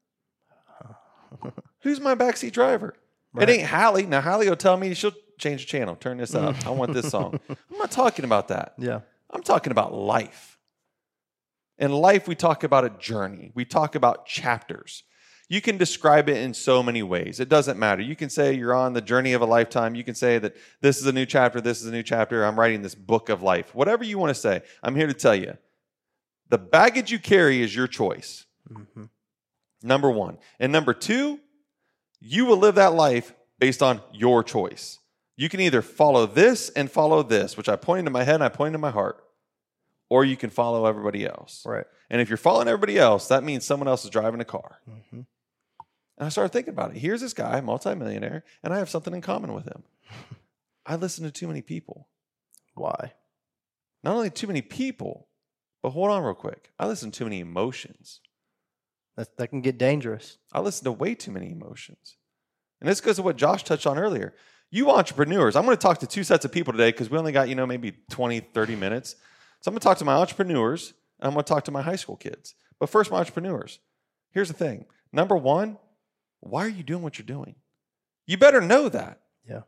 S3: who's my backseat driver?
S2: Right.
S3: It ain't Hallie. Now Hallie will tell me she'll change the channel, turn this up. I want this song. I'm not talking about that.
S2: Yeah.
S3: I'm talking about life. In life, we talk about a journey, we talk about chapters. You can describe it in so many ways. It doesn't matter. You can say you're on the journey of a lifetime. You can say that this is a new chapter, this is a new chapter. I'm writing this book of life. Whatever you want to say, I'm here to tell you the baggage you carry is your choice.
S2: Mhm.
S3: Number one. And number two, you will live that life based on your choice. You can either follow this and follow this, which I point to my head and I point to my heart, or you can follow everybody else.
S2: Right.
S3: And if you're following everybody else, that means someone else is driving a car.
S2: Mhm.
S3: And I started thinking about it. Here's this guy, multimillionaire, and I have something in common with him. I listen to too many people.
S2: Why?
S3: Not only too many people, but hold on real quick. I listen to too many emotions.
S2: That, that can get dangerous.
S3: I listen to way too many emotions. And this goes to what Josh touched on earlier. You entrepreneurs, I'm going to talk to two sets of people today because we only got, you know, maybe 20, 30 minutes. So I'm going to talk to my entrepreneurs and I'm going to talk to my high school kids. But first, my entrepreneurs. Here's the thing number one, why are you doing what you're doing? You better know that.
S2: Yeah.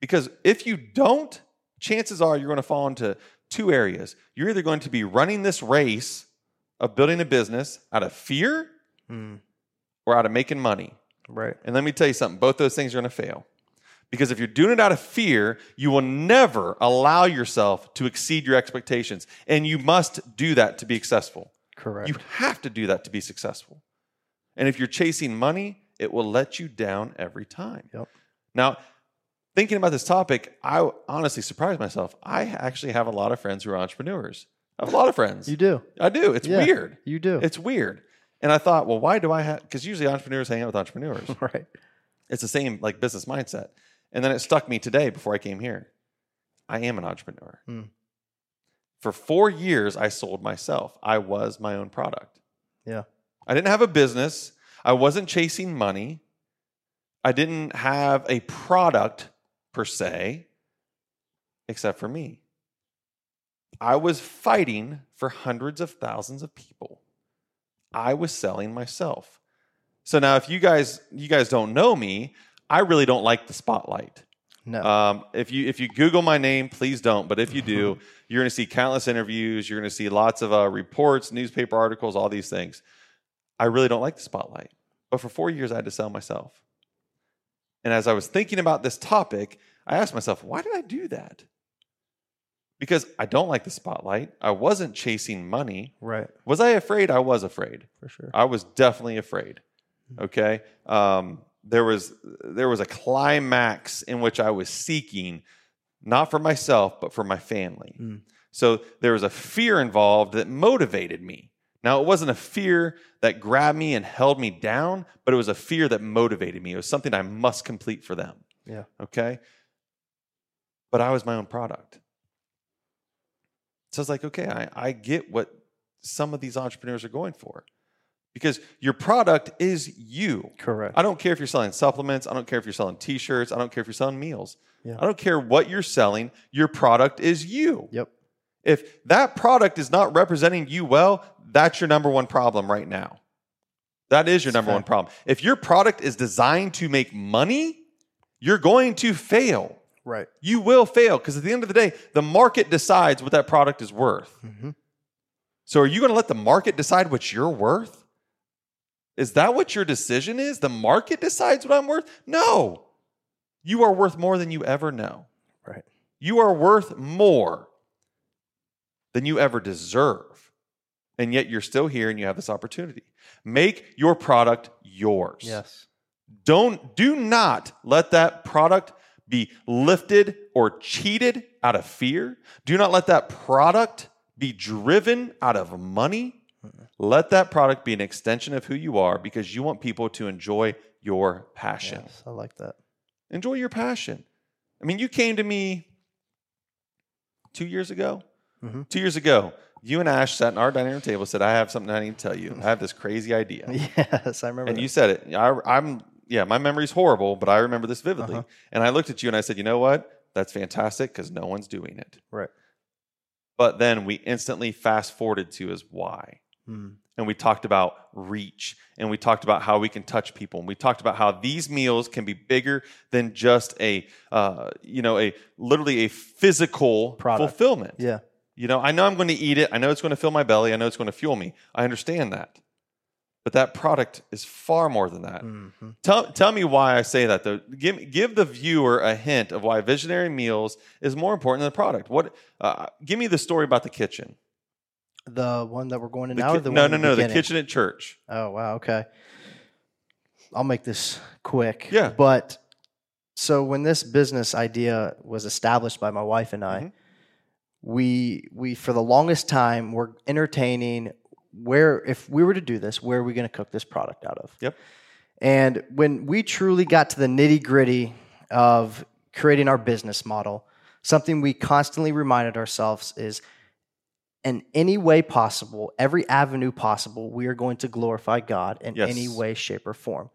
S3: Because if you don't, chances are you're going to fall into two areas. You're either going to be running this race of building a business out of fear
S2: Mm,
S3: or out of making money.
S2: right.
S3: And let me tell you something, both those things are going to fail. Because if you're doing it out of fear, you will never allow yourself to exceed your expectations. And you must do that to be successful.
S2: Correct.
S3: You have to do that to be successful. And if you're chasing money, it will let you down every time.
S2: Yep.
S3: Now, thinking about this topic, I honestly surprised myself. I actually have a lot of friends who are entrepreneurs. I have a lot of friends.
S2: You do.
S3: I do. It's
S2: Yeah.
S3: weird.
S2: You do.
S3: It's weird. And I thought, well, why do I have? Because usually entrepreneurs hang out with entrepreneurs.
S2: right.
S3: it's the same like business mindset. And then it stuck me today before I came here. I am an entrepreneur.
S2: Hmm.
S3: For four years, I sold myself. I was my own product.
S2: Yeah.
S3: I didn't have a business. I wasn't chasing money. I didn't have a product per se, except for me. I was fighting for hundreds of thousands of people. I was selling myself. So now if you guys you guys don't know me, I really don't like the spotlight.
S2: No.
S3: Um, if you if you Google my name, please don't. But if you do, you're going to see countless interviews. You're going to see lots of uh, reports, newspaper articles, all these things. I really don't like the spotlight. But for four years, I had to sell myself. And as I was thinking about this topic, I asked myself, why did I do that? Because I don't like the spotlight. I wasn't chasing money.
S2: right.
S3: Was I afraid? I was afraid.
S2: For sure. Hmm.
S3: I was definitely afraid. Okay. Um, there was there was a climax in which I was seeking, not for myself, but for my family.
S2: Mm.
S3: So there was a fear involved that motivated me. Now it wasn't a fear that grabbed me and held me down, but it was a fear that motivated me. It was something I must complete for them.
S2: Yeah.
S3: Okay. But I was my own product. So it's like, okay, I, I get what some of these entrepreneurs are going for because your product is you.
S2: Correct.
S3: I don't care if you're selling supplements. I don't care if you're selling t shirts. I don't care if you're selling meals.
S2: Yeah.
S3: I don't care what you're selling. Your product is you.
S2: Yep.
S3: If that product is not representing you well, that's your number one problem right now. That is your
S2: It's
S3: number
S2: fair.
S3: one problem. If your product is designed to make money, you're going to fail.
S2: Right.
S3: You will fail because at the end of the day, the market decides what that product is worth.
S2: hmm
S3: So are you going to let the market decide what you're worth? Is that what your decision is? The market decides what I'm worth? No. You are worth more than you ever know.
S2: Right.
S3: You are worth more than you ever deserve. And yet you're still here and you have this opportunity. Make your product yours.
S2: Yes.
S3: Don't do not let that product be lifted or cheated out of fear. Do not let that product be driven out of money. Let that product be an extension of who you are because you want people to enjoy your passion.
S2: Yes. I like that.
S3: Enjoy your passion. I mean, you came to me 2 years ago.
S2: Mhm.
S3: 2 years ago, you and Ash sat in our dining room table and said, "I have something I need to tell you. I have this crazy idea."
S2: Yes. I remember.
S3: And
S2: that.
S3: you said it. I, I'm yeah, my memory's horrible, but I remember this vividly.
S2: Uh-huh.
S3: And I looked at you and I said, you know what? That's fantastic because no one's doing it.
S2: Right.
S3: But then we instantly fast forwarded to is why.
S2: Mm.
S3: And we talked about reach and we talked about how we can touch people. And we talked about how these meals can be bigger than just a, uh, you know, a literally a physical
S2: Product.
S3: fulfillment.
S2: Yeah.
S3: You know, I know I'm going to eat it. I know it's going to fill my belly. I know it's going to fuel me. I understand that. But that product is far more than that.
S2: Mm-hmm.
S3: Tell, tell me why I say that though. Give, give the viewer a hint of why visionary meals is more important than the product. What? Uh, give me the story about the kitchen.
S2: The one that we're going in
S3: The
S2: now,
S3: ki-
S2: or the
S3: no,
S2: one
S3: no,
S2: in
S3: no. The
S2: beginning?
S3: kitchen at church.
S2: Oh wow, okay. I'll make this quick.
S3: Yeah.
S2: But so when this business idea was established by my wife and I,
S3: Mhm.
S2: we we for the longest time were entertaining where if we were to do this, where are we going to cook this product out of?
S3: Yep.
S2: And when we truly got to the nitty gritty of creating our business model, something we constantly reminded ourselves is in any way possible, every avenue possible, we are going to glorify God in
S3: Yes.
S2: any way, shape, or form.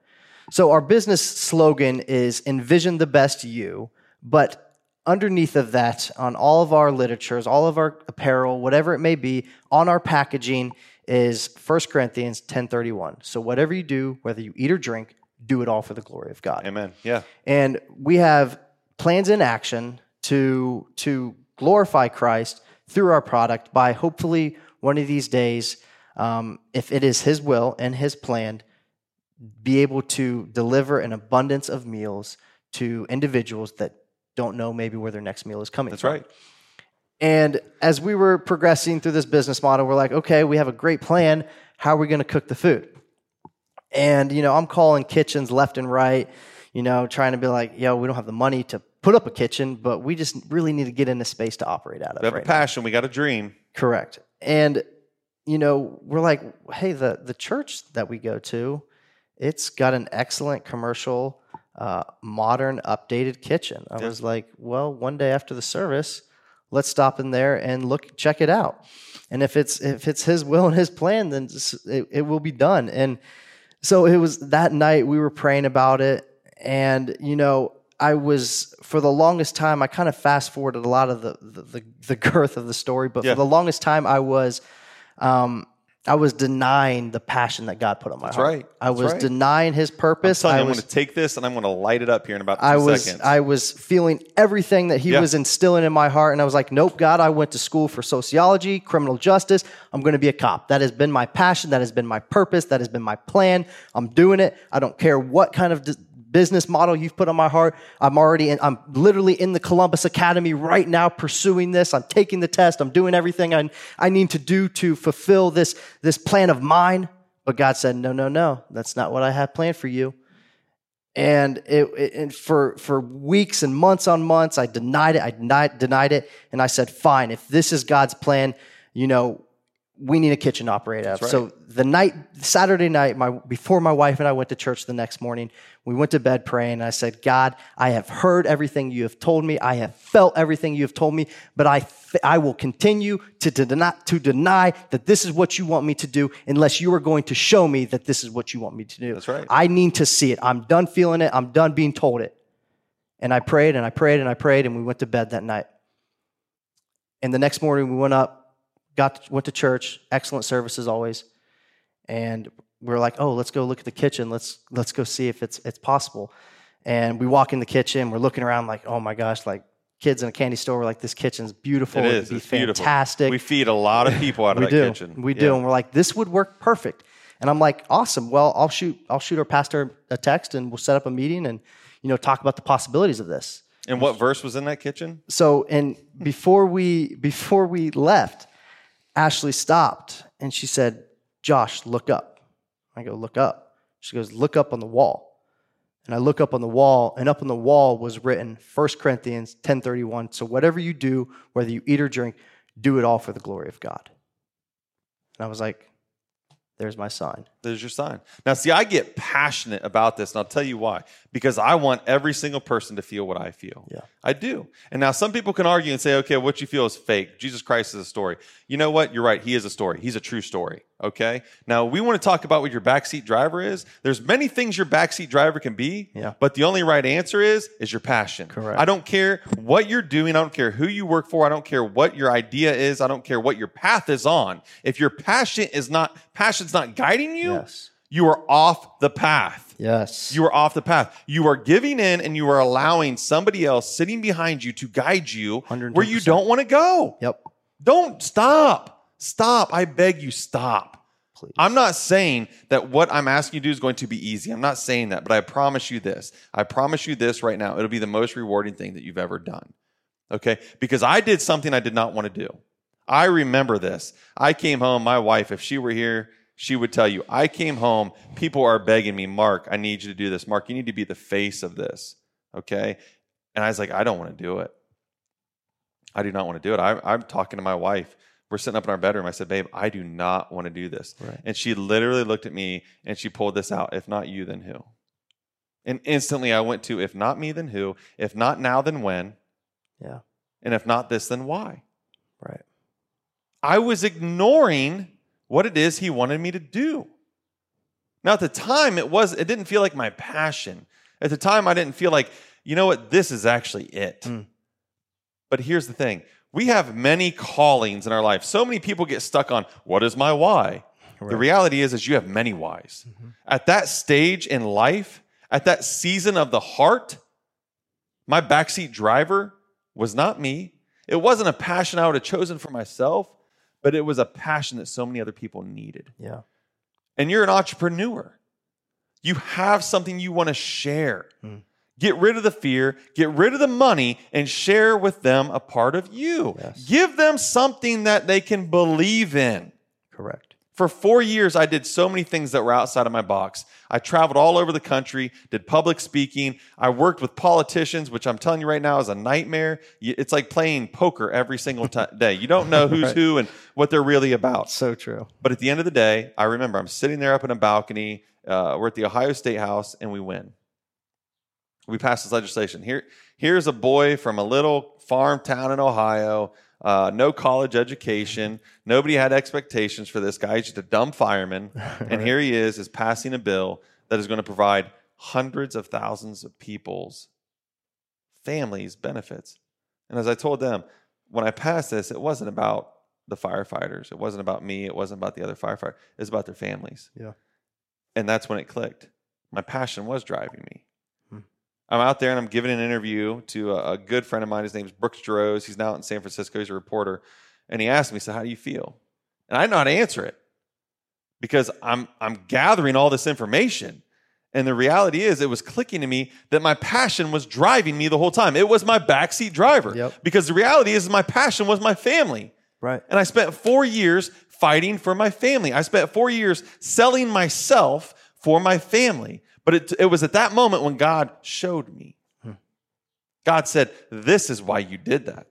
S2: So our business slogan is envision the best you, but underneath of that, on all of our literatures, all of our apparel, whatever it may be, on our packaging is 1 Corinthians 10:31. So whatever you do, whether you eat or drink, do it all for the glory of God
S3: Amen. Yeah.
S2: and we have plans in action to to glorify Christ through our product by hopefully one of these days, um, if it is His will and His plan, be able to deliver an abundance of meals to individuals that don't know maybe where their next meal is coming.
S3: That's
S2: from.
S3: right.
S2: And as we were progressing through this business model, we're like, okay, we have a great plan. How are we going to cook the food? And, you know, I'm calling kitchens left and right, you know, trying to be like, yo, we don't have the money to put up a kitchen, but we just really need to get into space to operate out of.
S3: We have
S2: right
S3: a
S2: now."
S3: passion. We got a dream.
S2: Correct. And you know, we're like, hey, the the church that we go to, it's got an excellent commercial, uh, modern, updated kitchen. I
S3: Yeah.
S2: was like, well, one day after the service, let's stop in there and look, check it out. And if it's if it's His will and His plan, then s- it, it will be done. And so it was that night we were praying about it and you know i was for the longest time i kind of fast forwarded a lot of the the, the, the girth of the story but
S3: Yeah.
S2: for the longest time i was um i was denying the passion that god put on my
S3: That's
S2: heart
S3: right.
S2: i
S3: That's
S2: was
S3: right.
S2: denying his
S3: I'm
S2: purpose
S3: telling you,
S2: i
S3: I'm
S2: was
S3: going to take this and I'm going to light it up here in about two
S2: I was
S3: seconds.
S2: I was feeling everything that he
S3: Yeah.
S2: was instilling in my heart, and I was like, "Nope, God, I went to school for sociology, criminal justice. I'm going to be a cop. That has been my passion. That has been my purpose. That has been my plan. I'm doing it. I don't care what kind of d- business model you've put on my heart. I'm already in. I'm literally in the Columbus Academy right now, pursuing this. I'm taking the test. I'm doing everything I I need to do to fulfill this this plan of mine." But God said, "No, no, no. That's not what I have planned for you." and it, it and for for weeks and months on months i denied it i denied, denied it and i said fine if this is god's plan you know we need a kitchen operator so the night saturday night my before my wife and i went to church the next morning we went to bed praying and i said god i have heard everything you have told me i have felt everything you have told me but i f- i will continue to deny to deny that this is what you want me to do unless you are going to show me that this is what you want me to do
S3: That's right.
S2: I need to see it. I'm done feeling it. I'm done being told it. And I prayed and I prayed and I prayed and we went to bed that night. And the next morning we went up, got went to church, excellent services always. And we're like, "Oh, let's go look at the kitchen. Let's let's go see if it's it's possible." And we walk in the kitchen, we're looking around like, "Oh my gosh, like kids in a candy store, we're like this kitchen's beautiful.
S3: it
S2: It'd
S3: is.
S2: be
S3: It's beautiful.
S2: fantastic."
S3: We feed a lot of people out of
S2: we
S3: that
S2: do.
S3: kitchen.
S2: We
S3: Yeah.
S2: do, and we're like, this would work perfect. And I'm like, awesome. Well, I'll shoot. I'll shoot our pastor a text, and we'll set up a meeting, and you know, talk about the possibilities of this.
S3: And what verse was in that kitchen?
S2: So, and before we before we left, Ashley stopped and she said, "Josh, look up." I go, "Look up." She goes, "Look up on the wall." And I look up on the wall, and up on the wall was written 1 Corinthians 10:31. So whatever you do, whether you eat or drink, do it all for the glory of God. And I was like, there's my sign.
S3: There's your sign. Now, see, I get passionate about this, and I'll tell you why. Because I want every single person to feel what I feel.
S2: Yeah.
S3: I do. And now some people can argue and say, okay, what you feel is fake. Jesus Christ is a story. You know what? You're right. He is a story. He's a true story. Okay. Now, we want to talk about what your backseat driver is. There's many things your backseat driver can be,
S2: Yeah.
S3: but the only right answer is, is your passion.
S2: Correct.
S3: I don't care what you're doing. I don't care who you work for. I don't care what your idea is. I don't care what your path is on. If your passion is not, passion's not guiding you,
S2: Yes.
S3: you are off the path.
S2: Yes.
S3: You are off the path. You are giving in and you are allowing somebody else sitting behind you to guide you where you
S2: 110%.
S3: don't want to go.
S2: yep.
S3: Don't stop. Stop. I beg you, stop.
S2: Please.
S3: I'm not saying that what I'm asking you to do is going to be easy. I'm not saying that, but I promise you this. I promise you this right now. It'll be the most rewarding thing that you've ever done. Okay? Because I did something I did not want to do. I remember this. I came home, my wife, if she were here, she would tell you, I came home, people are begging me, Mark, I need you to do this. Mark, you need to be the face of this. Okay? And I was like, I don't want to do it. I do not want to do it. I, I'm talking to my wife. We're sitting up in our bedroom. I said, Babe, I do not want to do this.
S1: Right.
S3: And she literally looked at me and she pulled this out if not you, then who? And instantly I went to, if not me, then who? If not now, then when?
S2: Yeah.
S3: And if not this, then why?
S2: Right.
S3: I was ignoring what it is he wanted me to do. Now at the time it was it didn't feel like my passion. At the time I didn't feel like, you know what, this is actually it.
S2: Mm.
S3: But here's the thing. We have many callings in our life. So many people get stuck on what is my why? The
S2: Right.
S3: reality is is you have many whys. At that stage in life, at that season of the heart, my backseat driver was not me. It wasn't a passion I would have chosen for myself, but it was a passion that so many other people needed
S2: yeah.
S3: and you're an entrepreneur. You have something you want to share.
S2: Mm.
S3: Get rid of the fear, get rid of the money, and share with them a part of you.
S2: Yes.
S3: Give them something that they can believe in.
S2: Correct.
S3: For four years, I did so many things that were outside of my box. I traveled all over the country, did public speaking. I worked with politicians, which I'm telling you right now is a nightmare. Y- It's like playing poker every single ti- day. You don't know who's
S2: Right.
S3: who and what they're really about.
S2: So true.
S3: But at the end of the day, I remember I'm sitting there up in a balcony. Uh, we're at the Ohio State House, and we win. We pass this legislation. Here, here's a boy from a little farm town in Ohio. Uh, no college education. Nobody had expectations for this guy. He's just a dumb fireman, and here he is, is passing a bill that is going to provide hundreds of thousands of people's families benefits. And as I told them, when I passed this, it wasn't about the firefighters. It wasn't about me. It wasn't about the other firefighter. It's about their families.
S2: Yeah.
S3: And that's when it clicked. My passion was driving me.
S2: Hmm.
S3: I'm out there and I'm giving an interview to a, a good friend of mine. His name's Brooks Jarose. He's now out in San Francisco. He's a reporter. And he asked me, so how do you feel? And I didn't know how to answer it because I'm I'm gathering all this information. And the reality is, it was clicking to me that my passion was driving me the whole time. It was my backseat driver.
S2: Yep.
S3: Because the reality is, my passion was my family.
S2: Right.
S3: And I spent four years fighting for my family. I spent four years selling myself for my family. But it, it was at that moment when God showed me. God said, This is why you did that.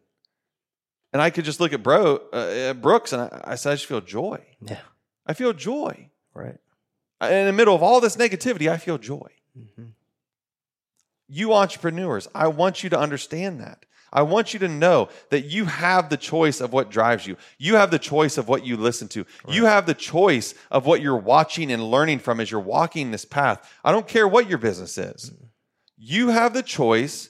S3: And I could just look at bro, uh, uh, Brooks and I, I said, I just feel joy.
S2: Yeah.
S3: I feel joy.
S2: Right.
S3: In the middle of all this negativity, I feel joy.
S2: Mm-hmm.
S3: You entrepreneurs, I want you to understand that. I want you to know that you have the choice of what drives you. You have the choice of what you listen to. You have the choice of what you're watching and learning from as you're walking this path. I don't care what your business is. You have the choice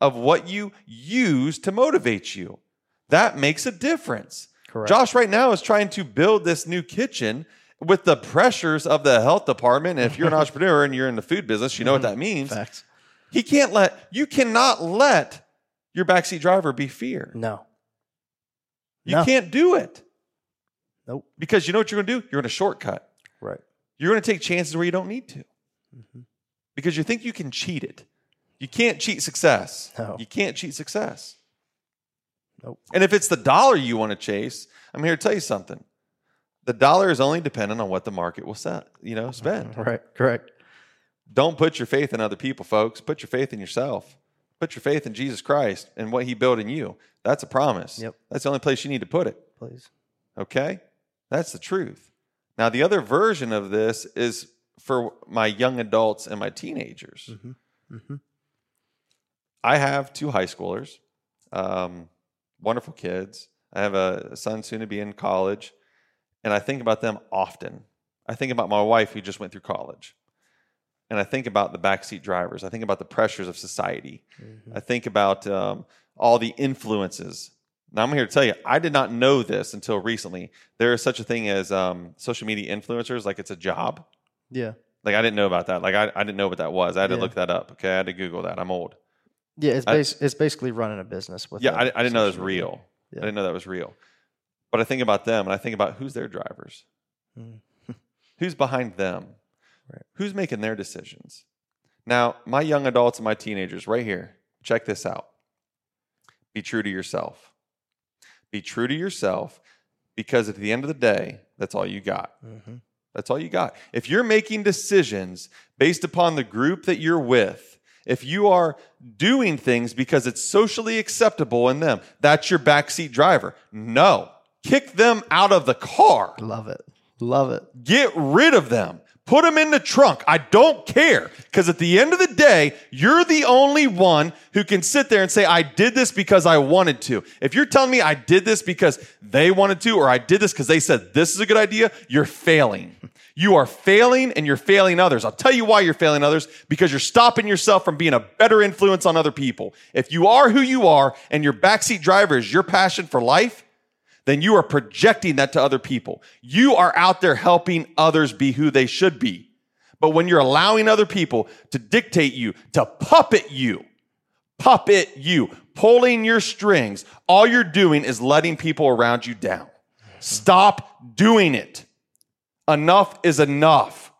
S3: of what you use to motivate you. That makes a difference.
S2: Correct.
S3: Josh right now is trying to build this new kitchen with the pressures of the health department. And if you're an entrepreneur and you're in the food business, you know what that means.
S2: Facts.
S3: He can't let you cannot let your backseat driver be fear.
S2: No.
S3: You
S2: No.
S3: can't do it.
S2: Nope.
S3: Because you know what you're gonna do? You're gonna shortcut.
S2: Right.
S3: You're gonna take chances where you don't need to.
S2: Mm-hmm.
S3: Because you think you can cheat it. You can't cheat success.
S2: No.
S3: You can't cheat success.
S2: Nope.
S3: And if it's the dollar you want to chase, I'm here to tell you something. The dollar is only dependent on what the market will set, you know, spend.
S2: Right. Correct.
S3: Don't put your faith in other people, folks. Put your faith in yourself. Put your faith in Jesus Christ and what he built in you. That's a promise.
S2: Yep.
S3: That's the only place you need to put it.
S2: Please.
S3: Okay? That's the truth. Now, the other version of this is for my young adults and my teenagers.
S2: Mhm. Mhm.
S3: I have two high schoolers, um, wonderful kids. I have a son soon to be in college, and I think about them often. I think about my wife who just went through college, and I think about the backseat drivers. I think about the pressures of society. I think about um, all the influences. Now, I'm here to tell you, I did not know this until recently. There is such a thing as um, social media influencers, like it's a job.
S2: Yeah.
S3: Like, I didn't know about that. Like, I, I didn't know what that was. I had to
S2: Yeah.
S3: look that up. Okay. I had to Google that. I'm old.
S2: Yeah. It's
S3: I-
S2: bas- it's basically running a business with.
S3: Yeah.
S2: a
S3: I, I didn't know that was
S2: social media.
S3: real. I
S2: Yeah.
S3: didn't know that was real. But I think about them and I think about who's their drivers, who's behind them,
S2: Hmm. Right.
S3: who's making their decisions. Now, my young adults and my teenagers, right here, check this out. Be true to yourself. Be true to yourself because at the end of the day, that's all you got.
S2: Mm-hmm.
S3: That's all you got. If you're making decisions based upon the group that you're with, if you are doing things because it's socially acceptable in them, that's your backseat driver. No, kick them out of the car,
S2: Love it. Love it.
S3: get rid of them. Put them in the trunk. I don't care. Because at the end of the day, you're the only one who can sit there and say, I did this because I wanted to. If you're telling me I did this because they wanted to, or I did this because they said this is a good idea, you're failing. You are failing and you're failing others. I'll tell you why you're failing others because you're stopping yourself from being a better influence on other people. If you are who you are and your backseat driver is your passion for life, then you are projecting that to other people. You are out there helping others be who they should be. But when you're allowing other people to dictate you, to puppet you, puppet you, pulling your strings, all you're doing is letting people around you down. Stop doing it. Enough is enough.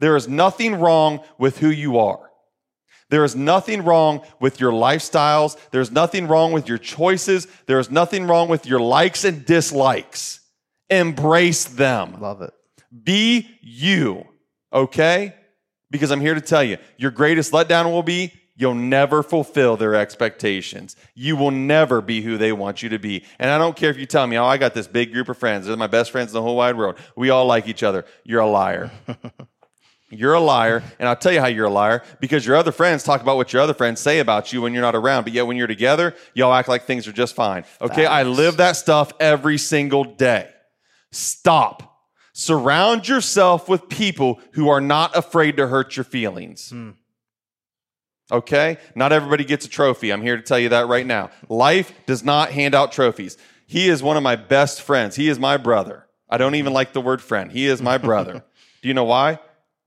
S3: There is nothing wrong with who you are. There is nothing wrong with your lifestyles. There's nothing wrong with your choices. There is nothing wrong with your likes and dislikes. Embrace them.
S2: Love it.
S3: Be you, okay? Because I'm here to tell you, your greatest letdown will be you'll never fulfill their expectations. You will never be who they want you to be. And I don't care if you tell me, oh, I got this big group of friends. They're my best friends in the whole wide world. We all like each other. You're a liar. You're a liar, and I'll tell you how you're a liar because your other friends talk about what your other friends say about you when you're not around, but yet when you're together, y'all act like things are just fine. Okay, I live that stuff every single day. Stop. Surround yourself with people who are not afraid to hurt your feelings. Okay? Not everybody gets a trophy. I'm here to tell you that right now. Life does not hand out trophies. He is one of my best friends. He is my brother. I don't even like the word friend. He is my brother. Do you know why?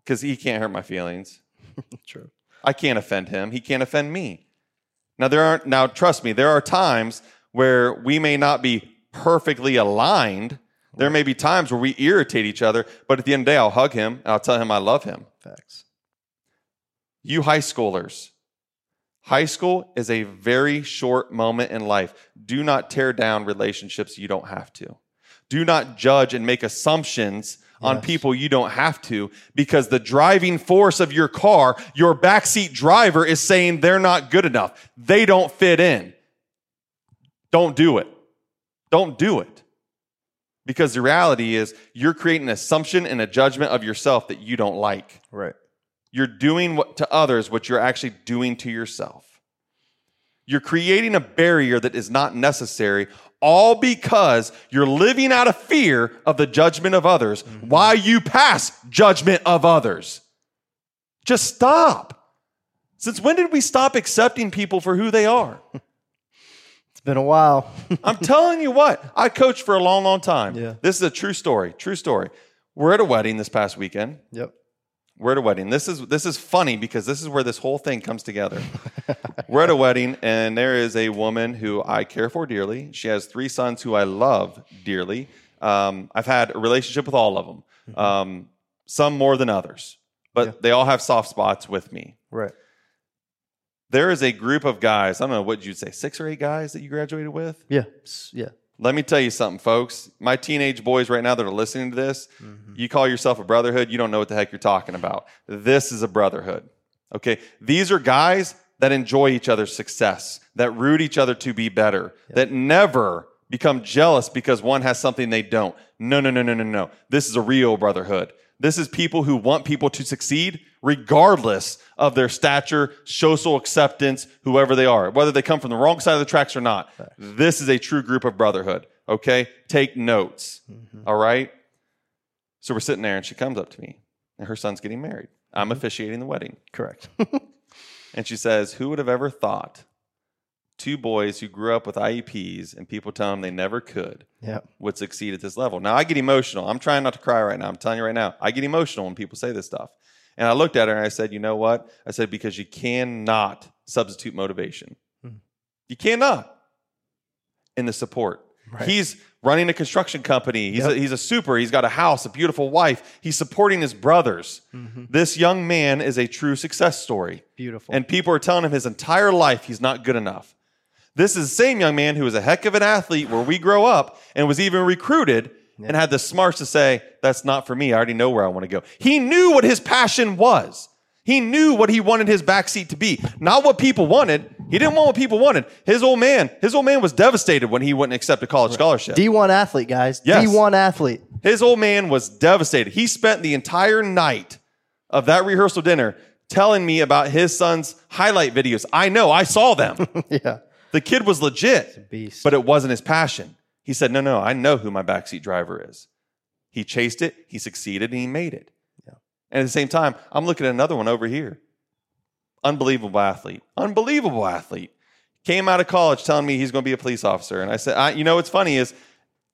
S3: Because he can't hurt my feelings.
S2: True.
S3: I can't offend him. He can't offend me. Now there aren't now trust me, there are times where we may not be perfectly aligned. There may be times where we irritate each other, but at the end of the day, I'll hug him and I'll tell him I love him.
S2: Facts.
S3: You high schoolers, high school is a very short moment in life. Do not tear down relationships you don't have to. Do not judge and make assumptions on
S2: Yes.
S3: people you don't have to because the driving force of your car, your backseat driver is saying they're not good enough. They don't fit in. Don't do it. Don't do it. Because the reality is you're creating an assumption and a judgment of yourself that you don't like
S2: Right.
S3: you're doing what to others what you're actually doing to yourself you're creating a barrier that is not necessary all because you're living out of fear of the judgment of others why you pass judgment of others just stop since when did we stop accepting people for who they are
S2: It's been a while.
S3: I'm telling you what, I coached for a long, long time.
S2: Yeah.
S3: This is a true story. True story. We're at a wedding this past weekend.
S2: yep.
S3: We're at a wedding. This is this is funny because this is where this whole thing comes together. We're at a wedding, and there is a woman who I care for dearly. She has three sons who I love dearly. Um, I've had a relationship with all of them, um, some more than others, but
S2: Yeah.
S3: they all have soft spots with me.
S2: Right.
S3: There is a group of guys. I don't know what you'd say, six or eight guys that you graduated with.
S2: Yeah. S- Yeah.
S3: Let me tell you something, folks. My teenage boys right now that are listening to this, you call yourself a brotherhood, you don't know what the heck you're talking about. This is a brotherhood. Okay. These are guys that enjoy each other's success, that root each other to be better, that never become jealous because one has something they don't. No, no, no, no, no, no. This is a real brotherhood. This is people who want people to succeed regardless of their stature, social acceptance, whoever they are, whether they come from the wrong side of the tracks or not. This is a true group of brotherhood. Okay. Take notes. All right. So we're sitting there and she comes up to me and her son's getting married. I'm officiating the wedding.
S2: Correct.
S3: And she says, Who would have ever thought two boys who grew up with IEPs and people tell them they never could
S2: yep.
S3: would succeed at this level. Now I get emotional. I'm trying not to cry right now. I'm telling you right now, I get emotional when people say this stuff. And I looked at her and I said, you know what? I said, because you cannot substitute motivation.
S2: Hmm.
S3: You cannot. And the support. He's running a construction company. He's, a, he's a super. He's got a house, a beautiful wife. He's supporting his brothers. This young man is a true success story.
S2: Beautiful.
S3: And people are telling him his entire life he's not good enough. This is the same young man who was a heck of an athlete where we grow up and was even recruited and had the smarts to say, That's not for me. I already know where I want to go. He knew what his passion was. He knew what he wanted his backseat to be, not what people wanted. He didn't want what people wanted. His old man, his old man was devastated when he wouldn't accept a college scholarship.
S2: D1 athlete, guys.
S3: Yes.
S2: D1 athlete.
S3: His old man was devastated. He spent the entire night of that rehearsal dinner telling me about his son's highlight videos. I know, I saw them.
S2: Yeah.
S3: the kid was legit,
S2: beast.
S3: but it wasn't his passion. He said, No, no, I know who my backseat driver is. He chased it, he succeeded, and he made it. And at the same time, I'm looking at another one over here. Unbelievable athlete. Unbelievable athlete. Came out of college telling me he's going to be a police officer. And I said, I, You know what's funny is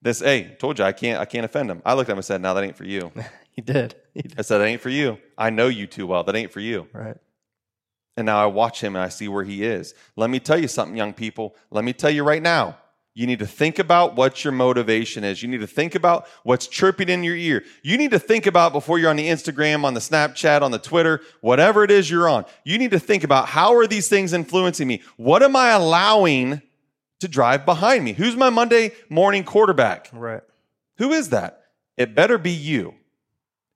S3: this, hey, told you I can't, I can't offend him. I looked at him and said, No, that ain't for you.
S2: He did. He did.
S3: I said, That ain't for you. I know you too well. That ain't for you.
S2: Right.
S3: And now I watch him and I see where he is. Let me tell you something, young people. Let me tell you right now. You need to think about what your motivation is. You need to think about what's chirping in your ear. You need to think about before you're on the Instagram, on the Snapchat, on the Twitter, whatever it is you're on. You need to think about how are these things influencing me? What am I allowing to drive behind me? Who's my Monday morning quarterback?
S2: Right.
S3: Who is that? It better be you.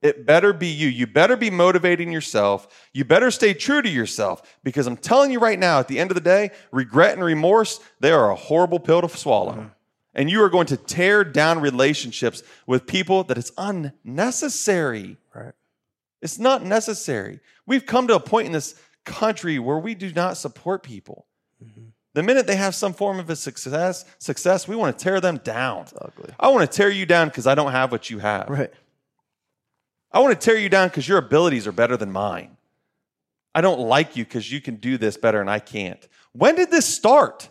S3: It better be you. You better be motivating yourself. You better stay true to yourself because I'm telling you right now, at the end of the day, regret and remorse, they are a horrible pill to swallow. And you are going to tear down relationships with people that it's unnecessary.
S2: Right.
S3: It's not necessary. We've come to a point in this country where we do not support people. The minute they have some form of a success, success, we want to tear them down.
S2: Ugly.
S3: I want to tear you down because I don't have what you have.
S2: Right.
S3: I want to tear you down because your abilities are better than mine. I don't like you because you can do this better and I can't. When did this start?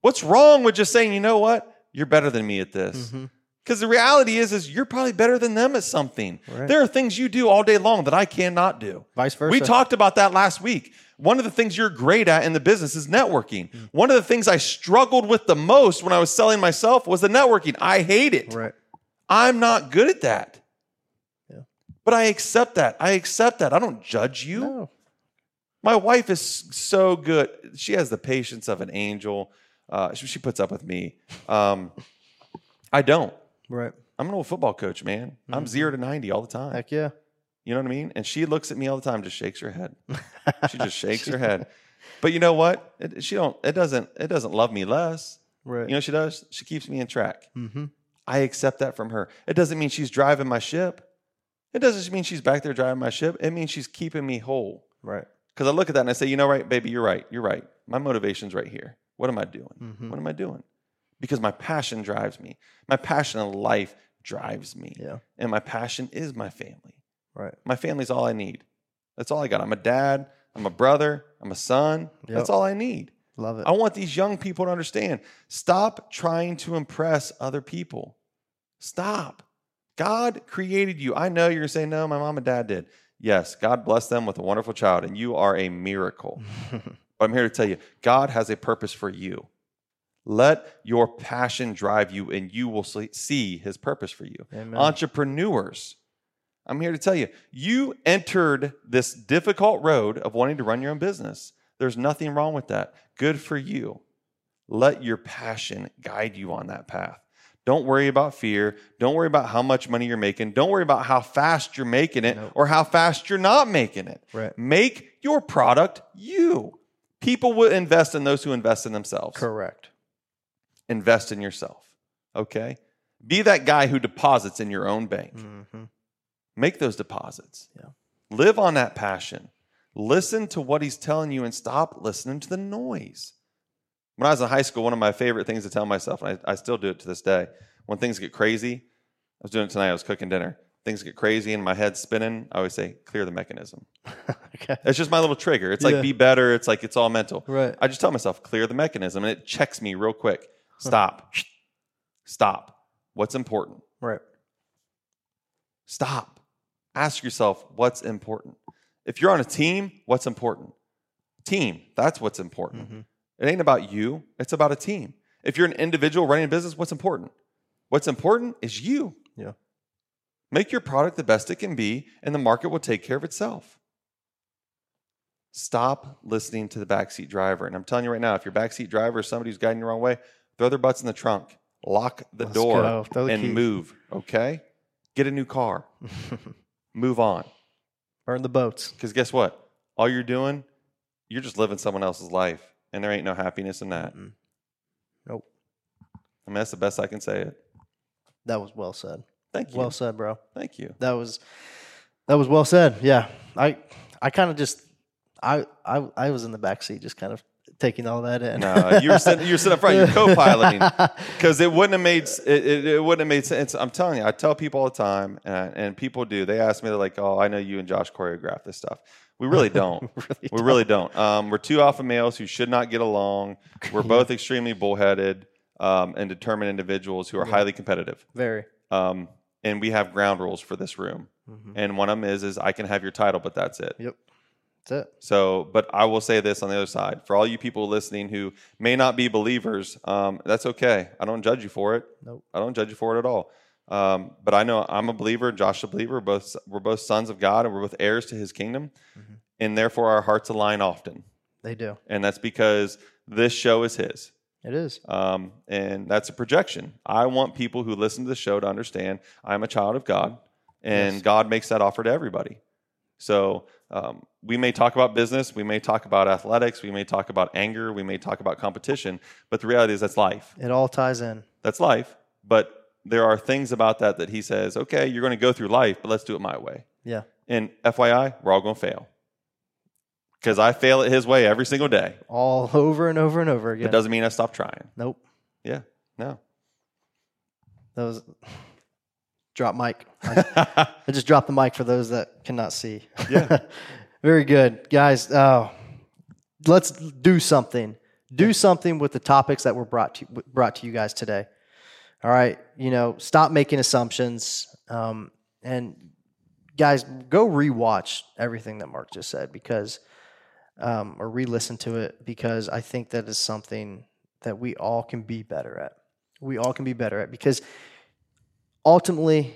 S3: What's wrong with just saying, you know what? You're better than me at this.
S2: Mm-hmm.
S3: Because the reality is, is you're probably better than them at something.
S2: Right.
S3: There are things you do all day long that I cannot do.
S2: Vice versa.
S3: We talked about that last week. One of the things you're great at in the business is networking.
S2: Mm.
S3: One of the things I struggled with the most when I was selling myself was the networking. I hate it.
S2: Right.
S3: I'm not good at that.
S2: Yeah.
S3: But I accept that. I accept that. I don't judge you.
S2: No.
S3: My wife is so good. She has the patience of an angel. Uh, she, she puts up with me. Um, I don't.
S2: Right.
S3: I'm an old football coach, man. I'm zero to 90 all the time.
S2: Heck yeah.
S3: You know what I mean? And she looks at me all the time, just shakes her head. she just shakes her head. But you know what? It, she don't. It doesn't. It doesn't love me less.
S2: Right.
S3: You know what she does? She keeps me in track.
S2: Mhm.
S3: I accept that from her. It doesn't mean she's driving my ship. It doesn't mean she's back there driving my ship. It means she's keeping me whole.
S2: Right.
S3: Because I look at that and I say, you know, right, baby, you're right. You're right. My motivation's right here. What am I doing?
S2: Mhm.
S3: What am I doing? Because my passion drives me. My passion in life drives me.
S2: Yeah.
S3: And my passion is my family.
S2: Right.
S3: My family's all I need. That's all I got. I'm a dad. I'm a brother. I'm a son.
S2: Yep.
S3: That's all I need.
S2: Love it.
S3: I want these young people to understand stop trying to impress other people. Stop. God created you. I know you're going to say, no, my mom and dad did. Yes, God blessed them with a wonderful child, and you are a miracle. but I'm here to tell you God has a purpose for you. Let your passion drive you, and you will see- see his purpose for you.
S2: Amen.
S3: Entrepreneurs, I'm here to tell you, you entered this difficult road of wanting to run your own business. There's nothing wrong with that. Good for you. Let your passion guide you on that path. Don't worry about fear. Don't worry about how much money you're making. Don't worry about how fast you're making it
S2: Nope.
S3: or how fast you're not making it.
S2: Right.
S3: Make your product you. People will invest in those who invest in themselves
S2: Correct.
S3: invest in yourself. Okay? Be that guy who deposits in your own bank.
S2: Mhm.
S3: Make those deposits.
S2: Yeah.
S3: Live on that passion. Listen to what he's telling you and stop listening to the noise. When I was in high school, one of my favorite things to tell myself, and I, I still do it to this day, when things get crazy, I was doing it tonight, I was cooking dinner. Things get crazy and my head's spinning, I always say, clear the mechanism.
S2: Okay.
S3: It's just my little trigger. It's like
S2: Yeah.
S3: be better. It's like it's all mental.
S2: Right.
S3: I just tell myself clear the mechanism, and it checks me real quick. Stop. Stop. What's important?
S2: Right.
S3: Stop. Ask yourself what's important. If you're on a team, what's
S2: Mm-hmm.
S3: important? Team. That's what's important. It ain't about you. It's about a team. If you're an individual running a business, what's important? What's important is you.
S2: Yeah.
S3: Make your product the best it can be, and the market will take care of itself. Stop listening to the backseat driver. And I'm telling you right now, if your backseat driver is somebody who's guiding you the wrong way, throw their butts in the trunk, lock the
S2: Let's go.
S3: door,
S2: Throw the
S3: and
S2: key.
S3: move. Okay? Get a new car, move on.
S2: Burn the boats.
S3: Because guess what? All you're doing, you're just living someone else's life, and there ain't no happiness in that.
S2: Mm-mm. Nope.
S3: I mean, that's the best I can say it.
S2: That was well said.
S3: Thank you.
S2: Well said, bro.
S3: Thank you.
S2: That was that was well said. Yeah. I I kind of just I, I I was in the back seat just kind of taking all that in.
S3: No, you were sitting- you were sitting up front, you were co-piloting. Because it wouldn't have made s- it, it, it wouldn't have made sense. I'm telling you, I tell people all the time, and, I- and people do. They ask me, they're like, "Oh, I know you and Josh choreograph this stuff." We really don't.
S2: Really
S3: we really don't. Um, we're two alpha males who should not get along. We're both extremely bullheaded um, and determined individuals who are highly competitive.
S2: Very.
S3: Um, and we have ground rules for this room.
S2: Mhm.
S3: And one of them is is I can have your title, but that's it.
S2: Yep. That's it.
S3: So, but I will say this on the other side for all you people listening who may not be believers, um, that's okay. I don't judge you for it.
S2: Nope.
S3: I don't judge you for it at all. Um, but I know I'm a believer. Josh a believer. We're both we're both sons of God, and we're both heirs to His kingdom,
S2: Mhm.
S3: and therefore our hearts align often.
S2: They do.
S3: And that's because this show is His.
S2: It is.
S3: Um, and that's a projection. I want people who listen to the show to understand I'm a child of God, and
S2: Yes.
S3: God makes that offer to everybody. So um, we may talk about business, we may talk about athletics, we may talk about anger, we may talk about competition, but the reality is that's life.
S2: It all ties in.
S3: That's life. But there are things about that that He says, okay, you're going to go through life, but let's do it my way.
S2: Yeah.
S3: And FYI, we're all going to fail because I fail at His way every single day.
S2: All over and over and over
S3: It
S2: again.
S3: doesn't mean I stop trying.
S2: nope.
S3: Yeah, no.
S2: That was drop mic. I, I just dropped the mic for those that cannot see.
S3: Yeah.
S2: Very good. Guys, oh, let's do something. Do something with the topics that were brought to brought to you guys today. All right. You know, stop making assumptions. Um, and guys, go rewatch everything that Mark just said because um, or re-listen to it because I think that is something that we all can be better at. We all can be better at because ultimately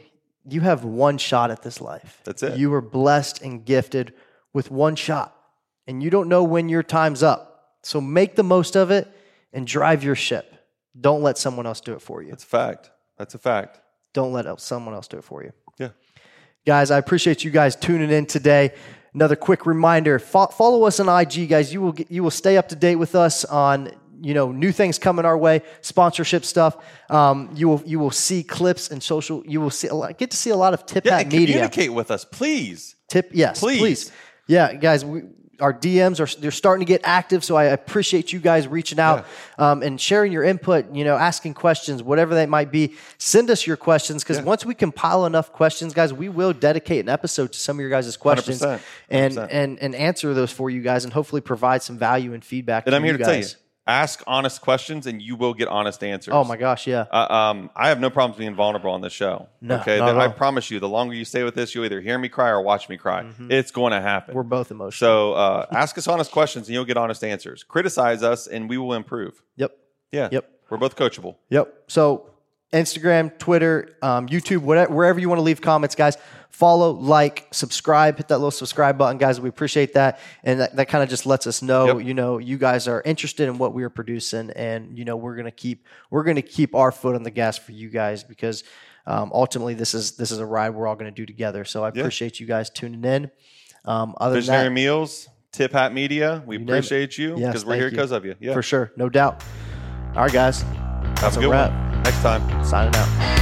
S2: you have one shot at this life.
S3: That's it.
S2: You were blessed and gifted with one shot, and you don't know when your time's up. So make the most of it and drive your ship. Don't let someone else do it for you.
S3: That's a fact. That's a fact.
S2: Don't let el- someone else do it for you.
S3: Yeah.
S2: Guys, I appreciate you guys tuning in today. Another quick reminder: fo- follow us on IG, guys. You will get, you will stay up to date with us on you know new things coming our way, sponsorship stuff. Um, you will you will see clips and social. You will see a lot, get to see a lot of tip
S3: Yeah,
S2: hat
S3: and
S2: media.
S3: communicate with us, please.
S2: Tip yes, please.
S3: Please.
S2: Yeah, guys, we, our DMs are they're starting to get active, so I appreciate you guys reaching out um, and sharing your input. You know, asking questions, whatever they might be. Send us your questions because once we compile enough questions, guys, we will dedicate an episode to some of your guys' questions
S3: 100%,
S2: and
S3: 100%.
S2: and and answer those for you guys, and hopefully provide some value and feedback.
S3: And
S2: to
S3: I'm here
S2: you
S3: to
S2: guys.
S3: tell you: ask honest questions, and you will get honest answers.
S2: Oh my gosh, yeah,
S3: Uh, um, I have no problems being vulnerable on this show.
S2: No,
S3: okay,
S2: not at
S3: I
S2: all.
S3: promise you, the longer you stay with this, you'll either hear me cry or watch me cry. It's going to happen.
S2: Mm-hmm. we're both emotional.
S3: so uh, ask us honest questions, and you'll get honest answers. Criticize us, and we will improve.
S2: yep,
S3: Yeah.
S2: Yep.
S3: We're both coachable.
S2: Yep. So Instagram, Twitter, um, YouTube, whatever, wherever you want to leave comments, guys. Follow, like, subscribe, hit that little subscribe button, guys. We appreciate that, and that, that kind of just lets us know,
S3: Yep.
S2: you know, you guys are interested in what we are producing, and you know, we're gonna keep we're gonna keep our foot on the gas for you guys because um, ultimately this is this is a ride we're all gonna do together. So I appreciate you guys tuning in. Um, other than
S3: Visionary
S2: that,
S3: Meals, Tip Hat Media. We
S2: name it.
S3: appreciate you
S2: Yes,
S3: because we're
S2: thank
S3: here
S2: you.
S3: because of you. Yeah.
S2: for sure, no doubt. All right, guys,
S3: Have
S2: a
S3: a good
S2: wrap.
S3: one. Next time.
S2: signing out.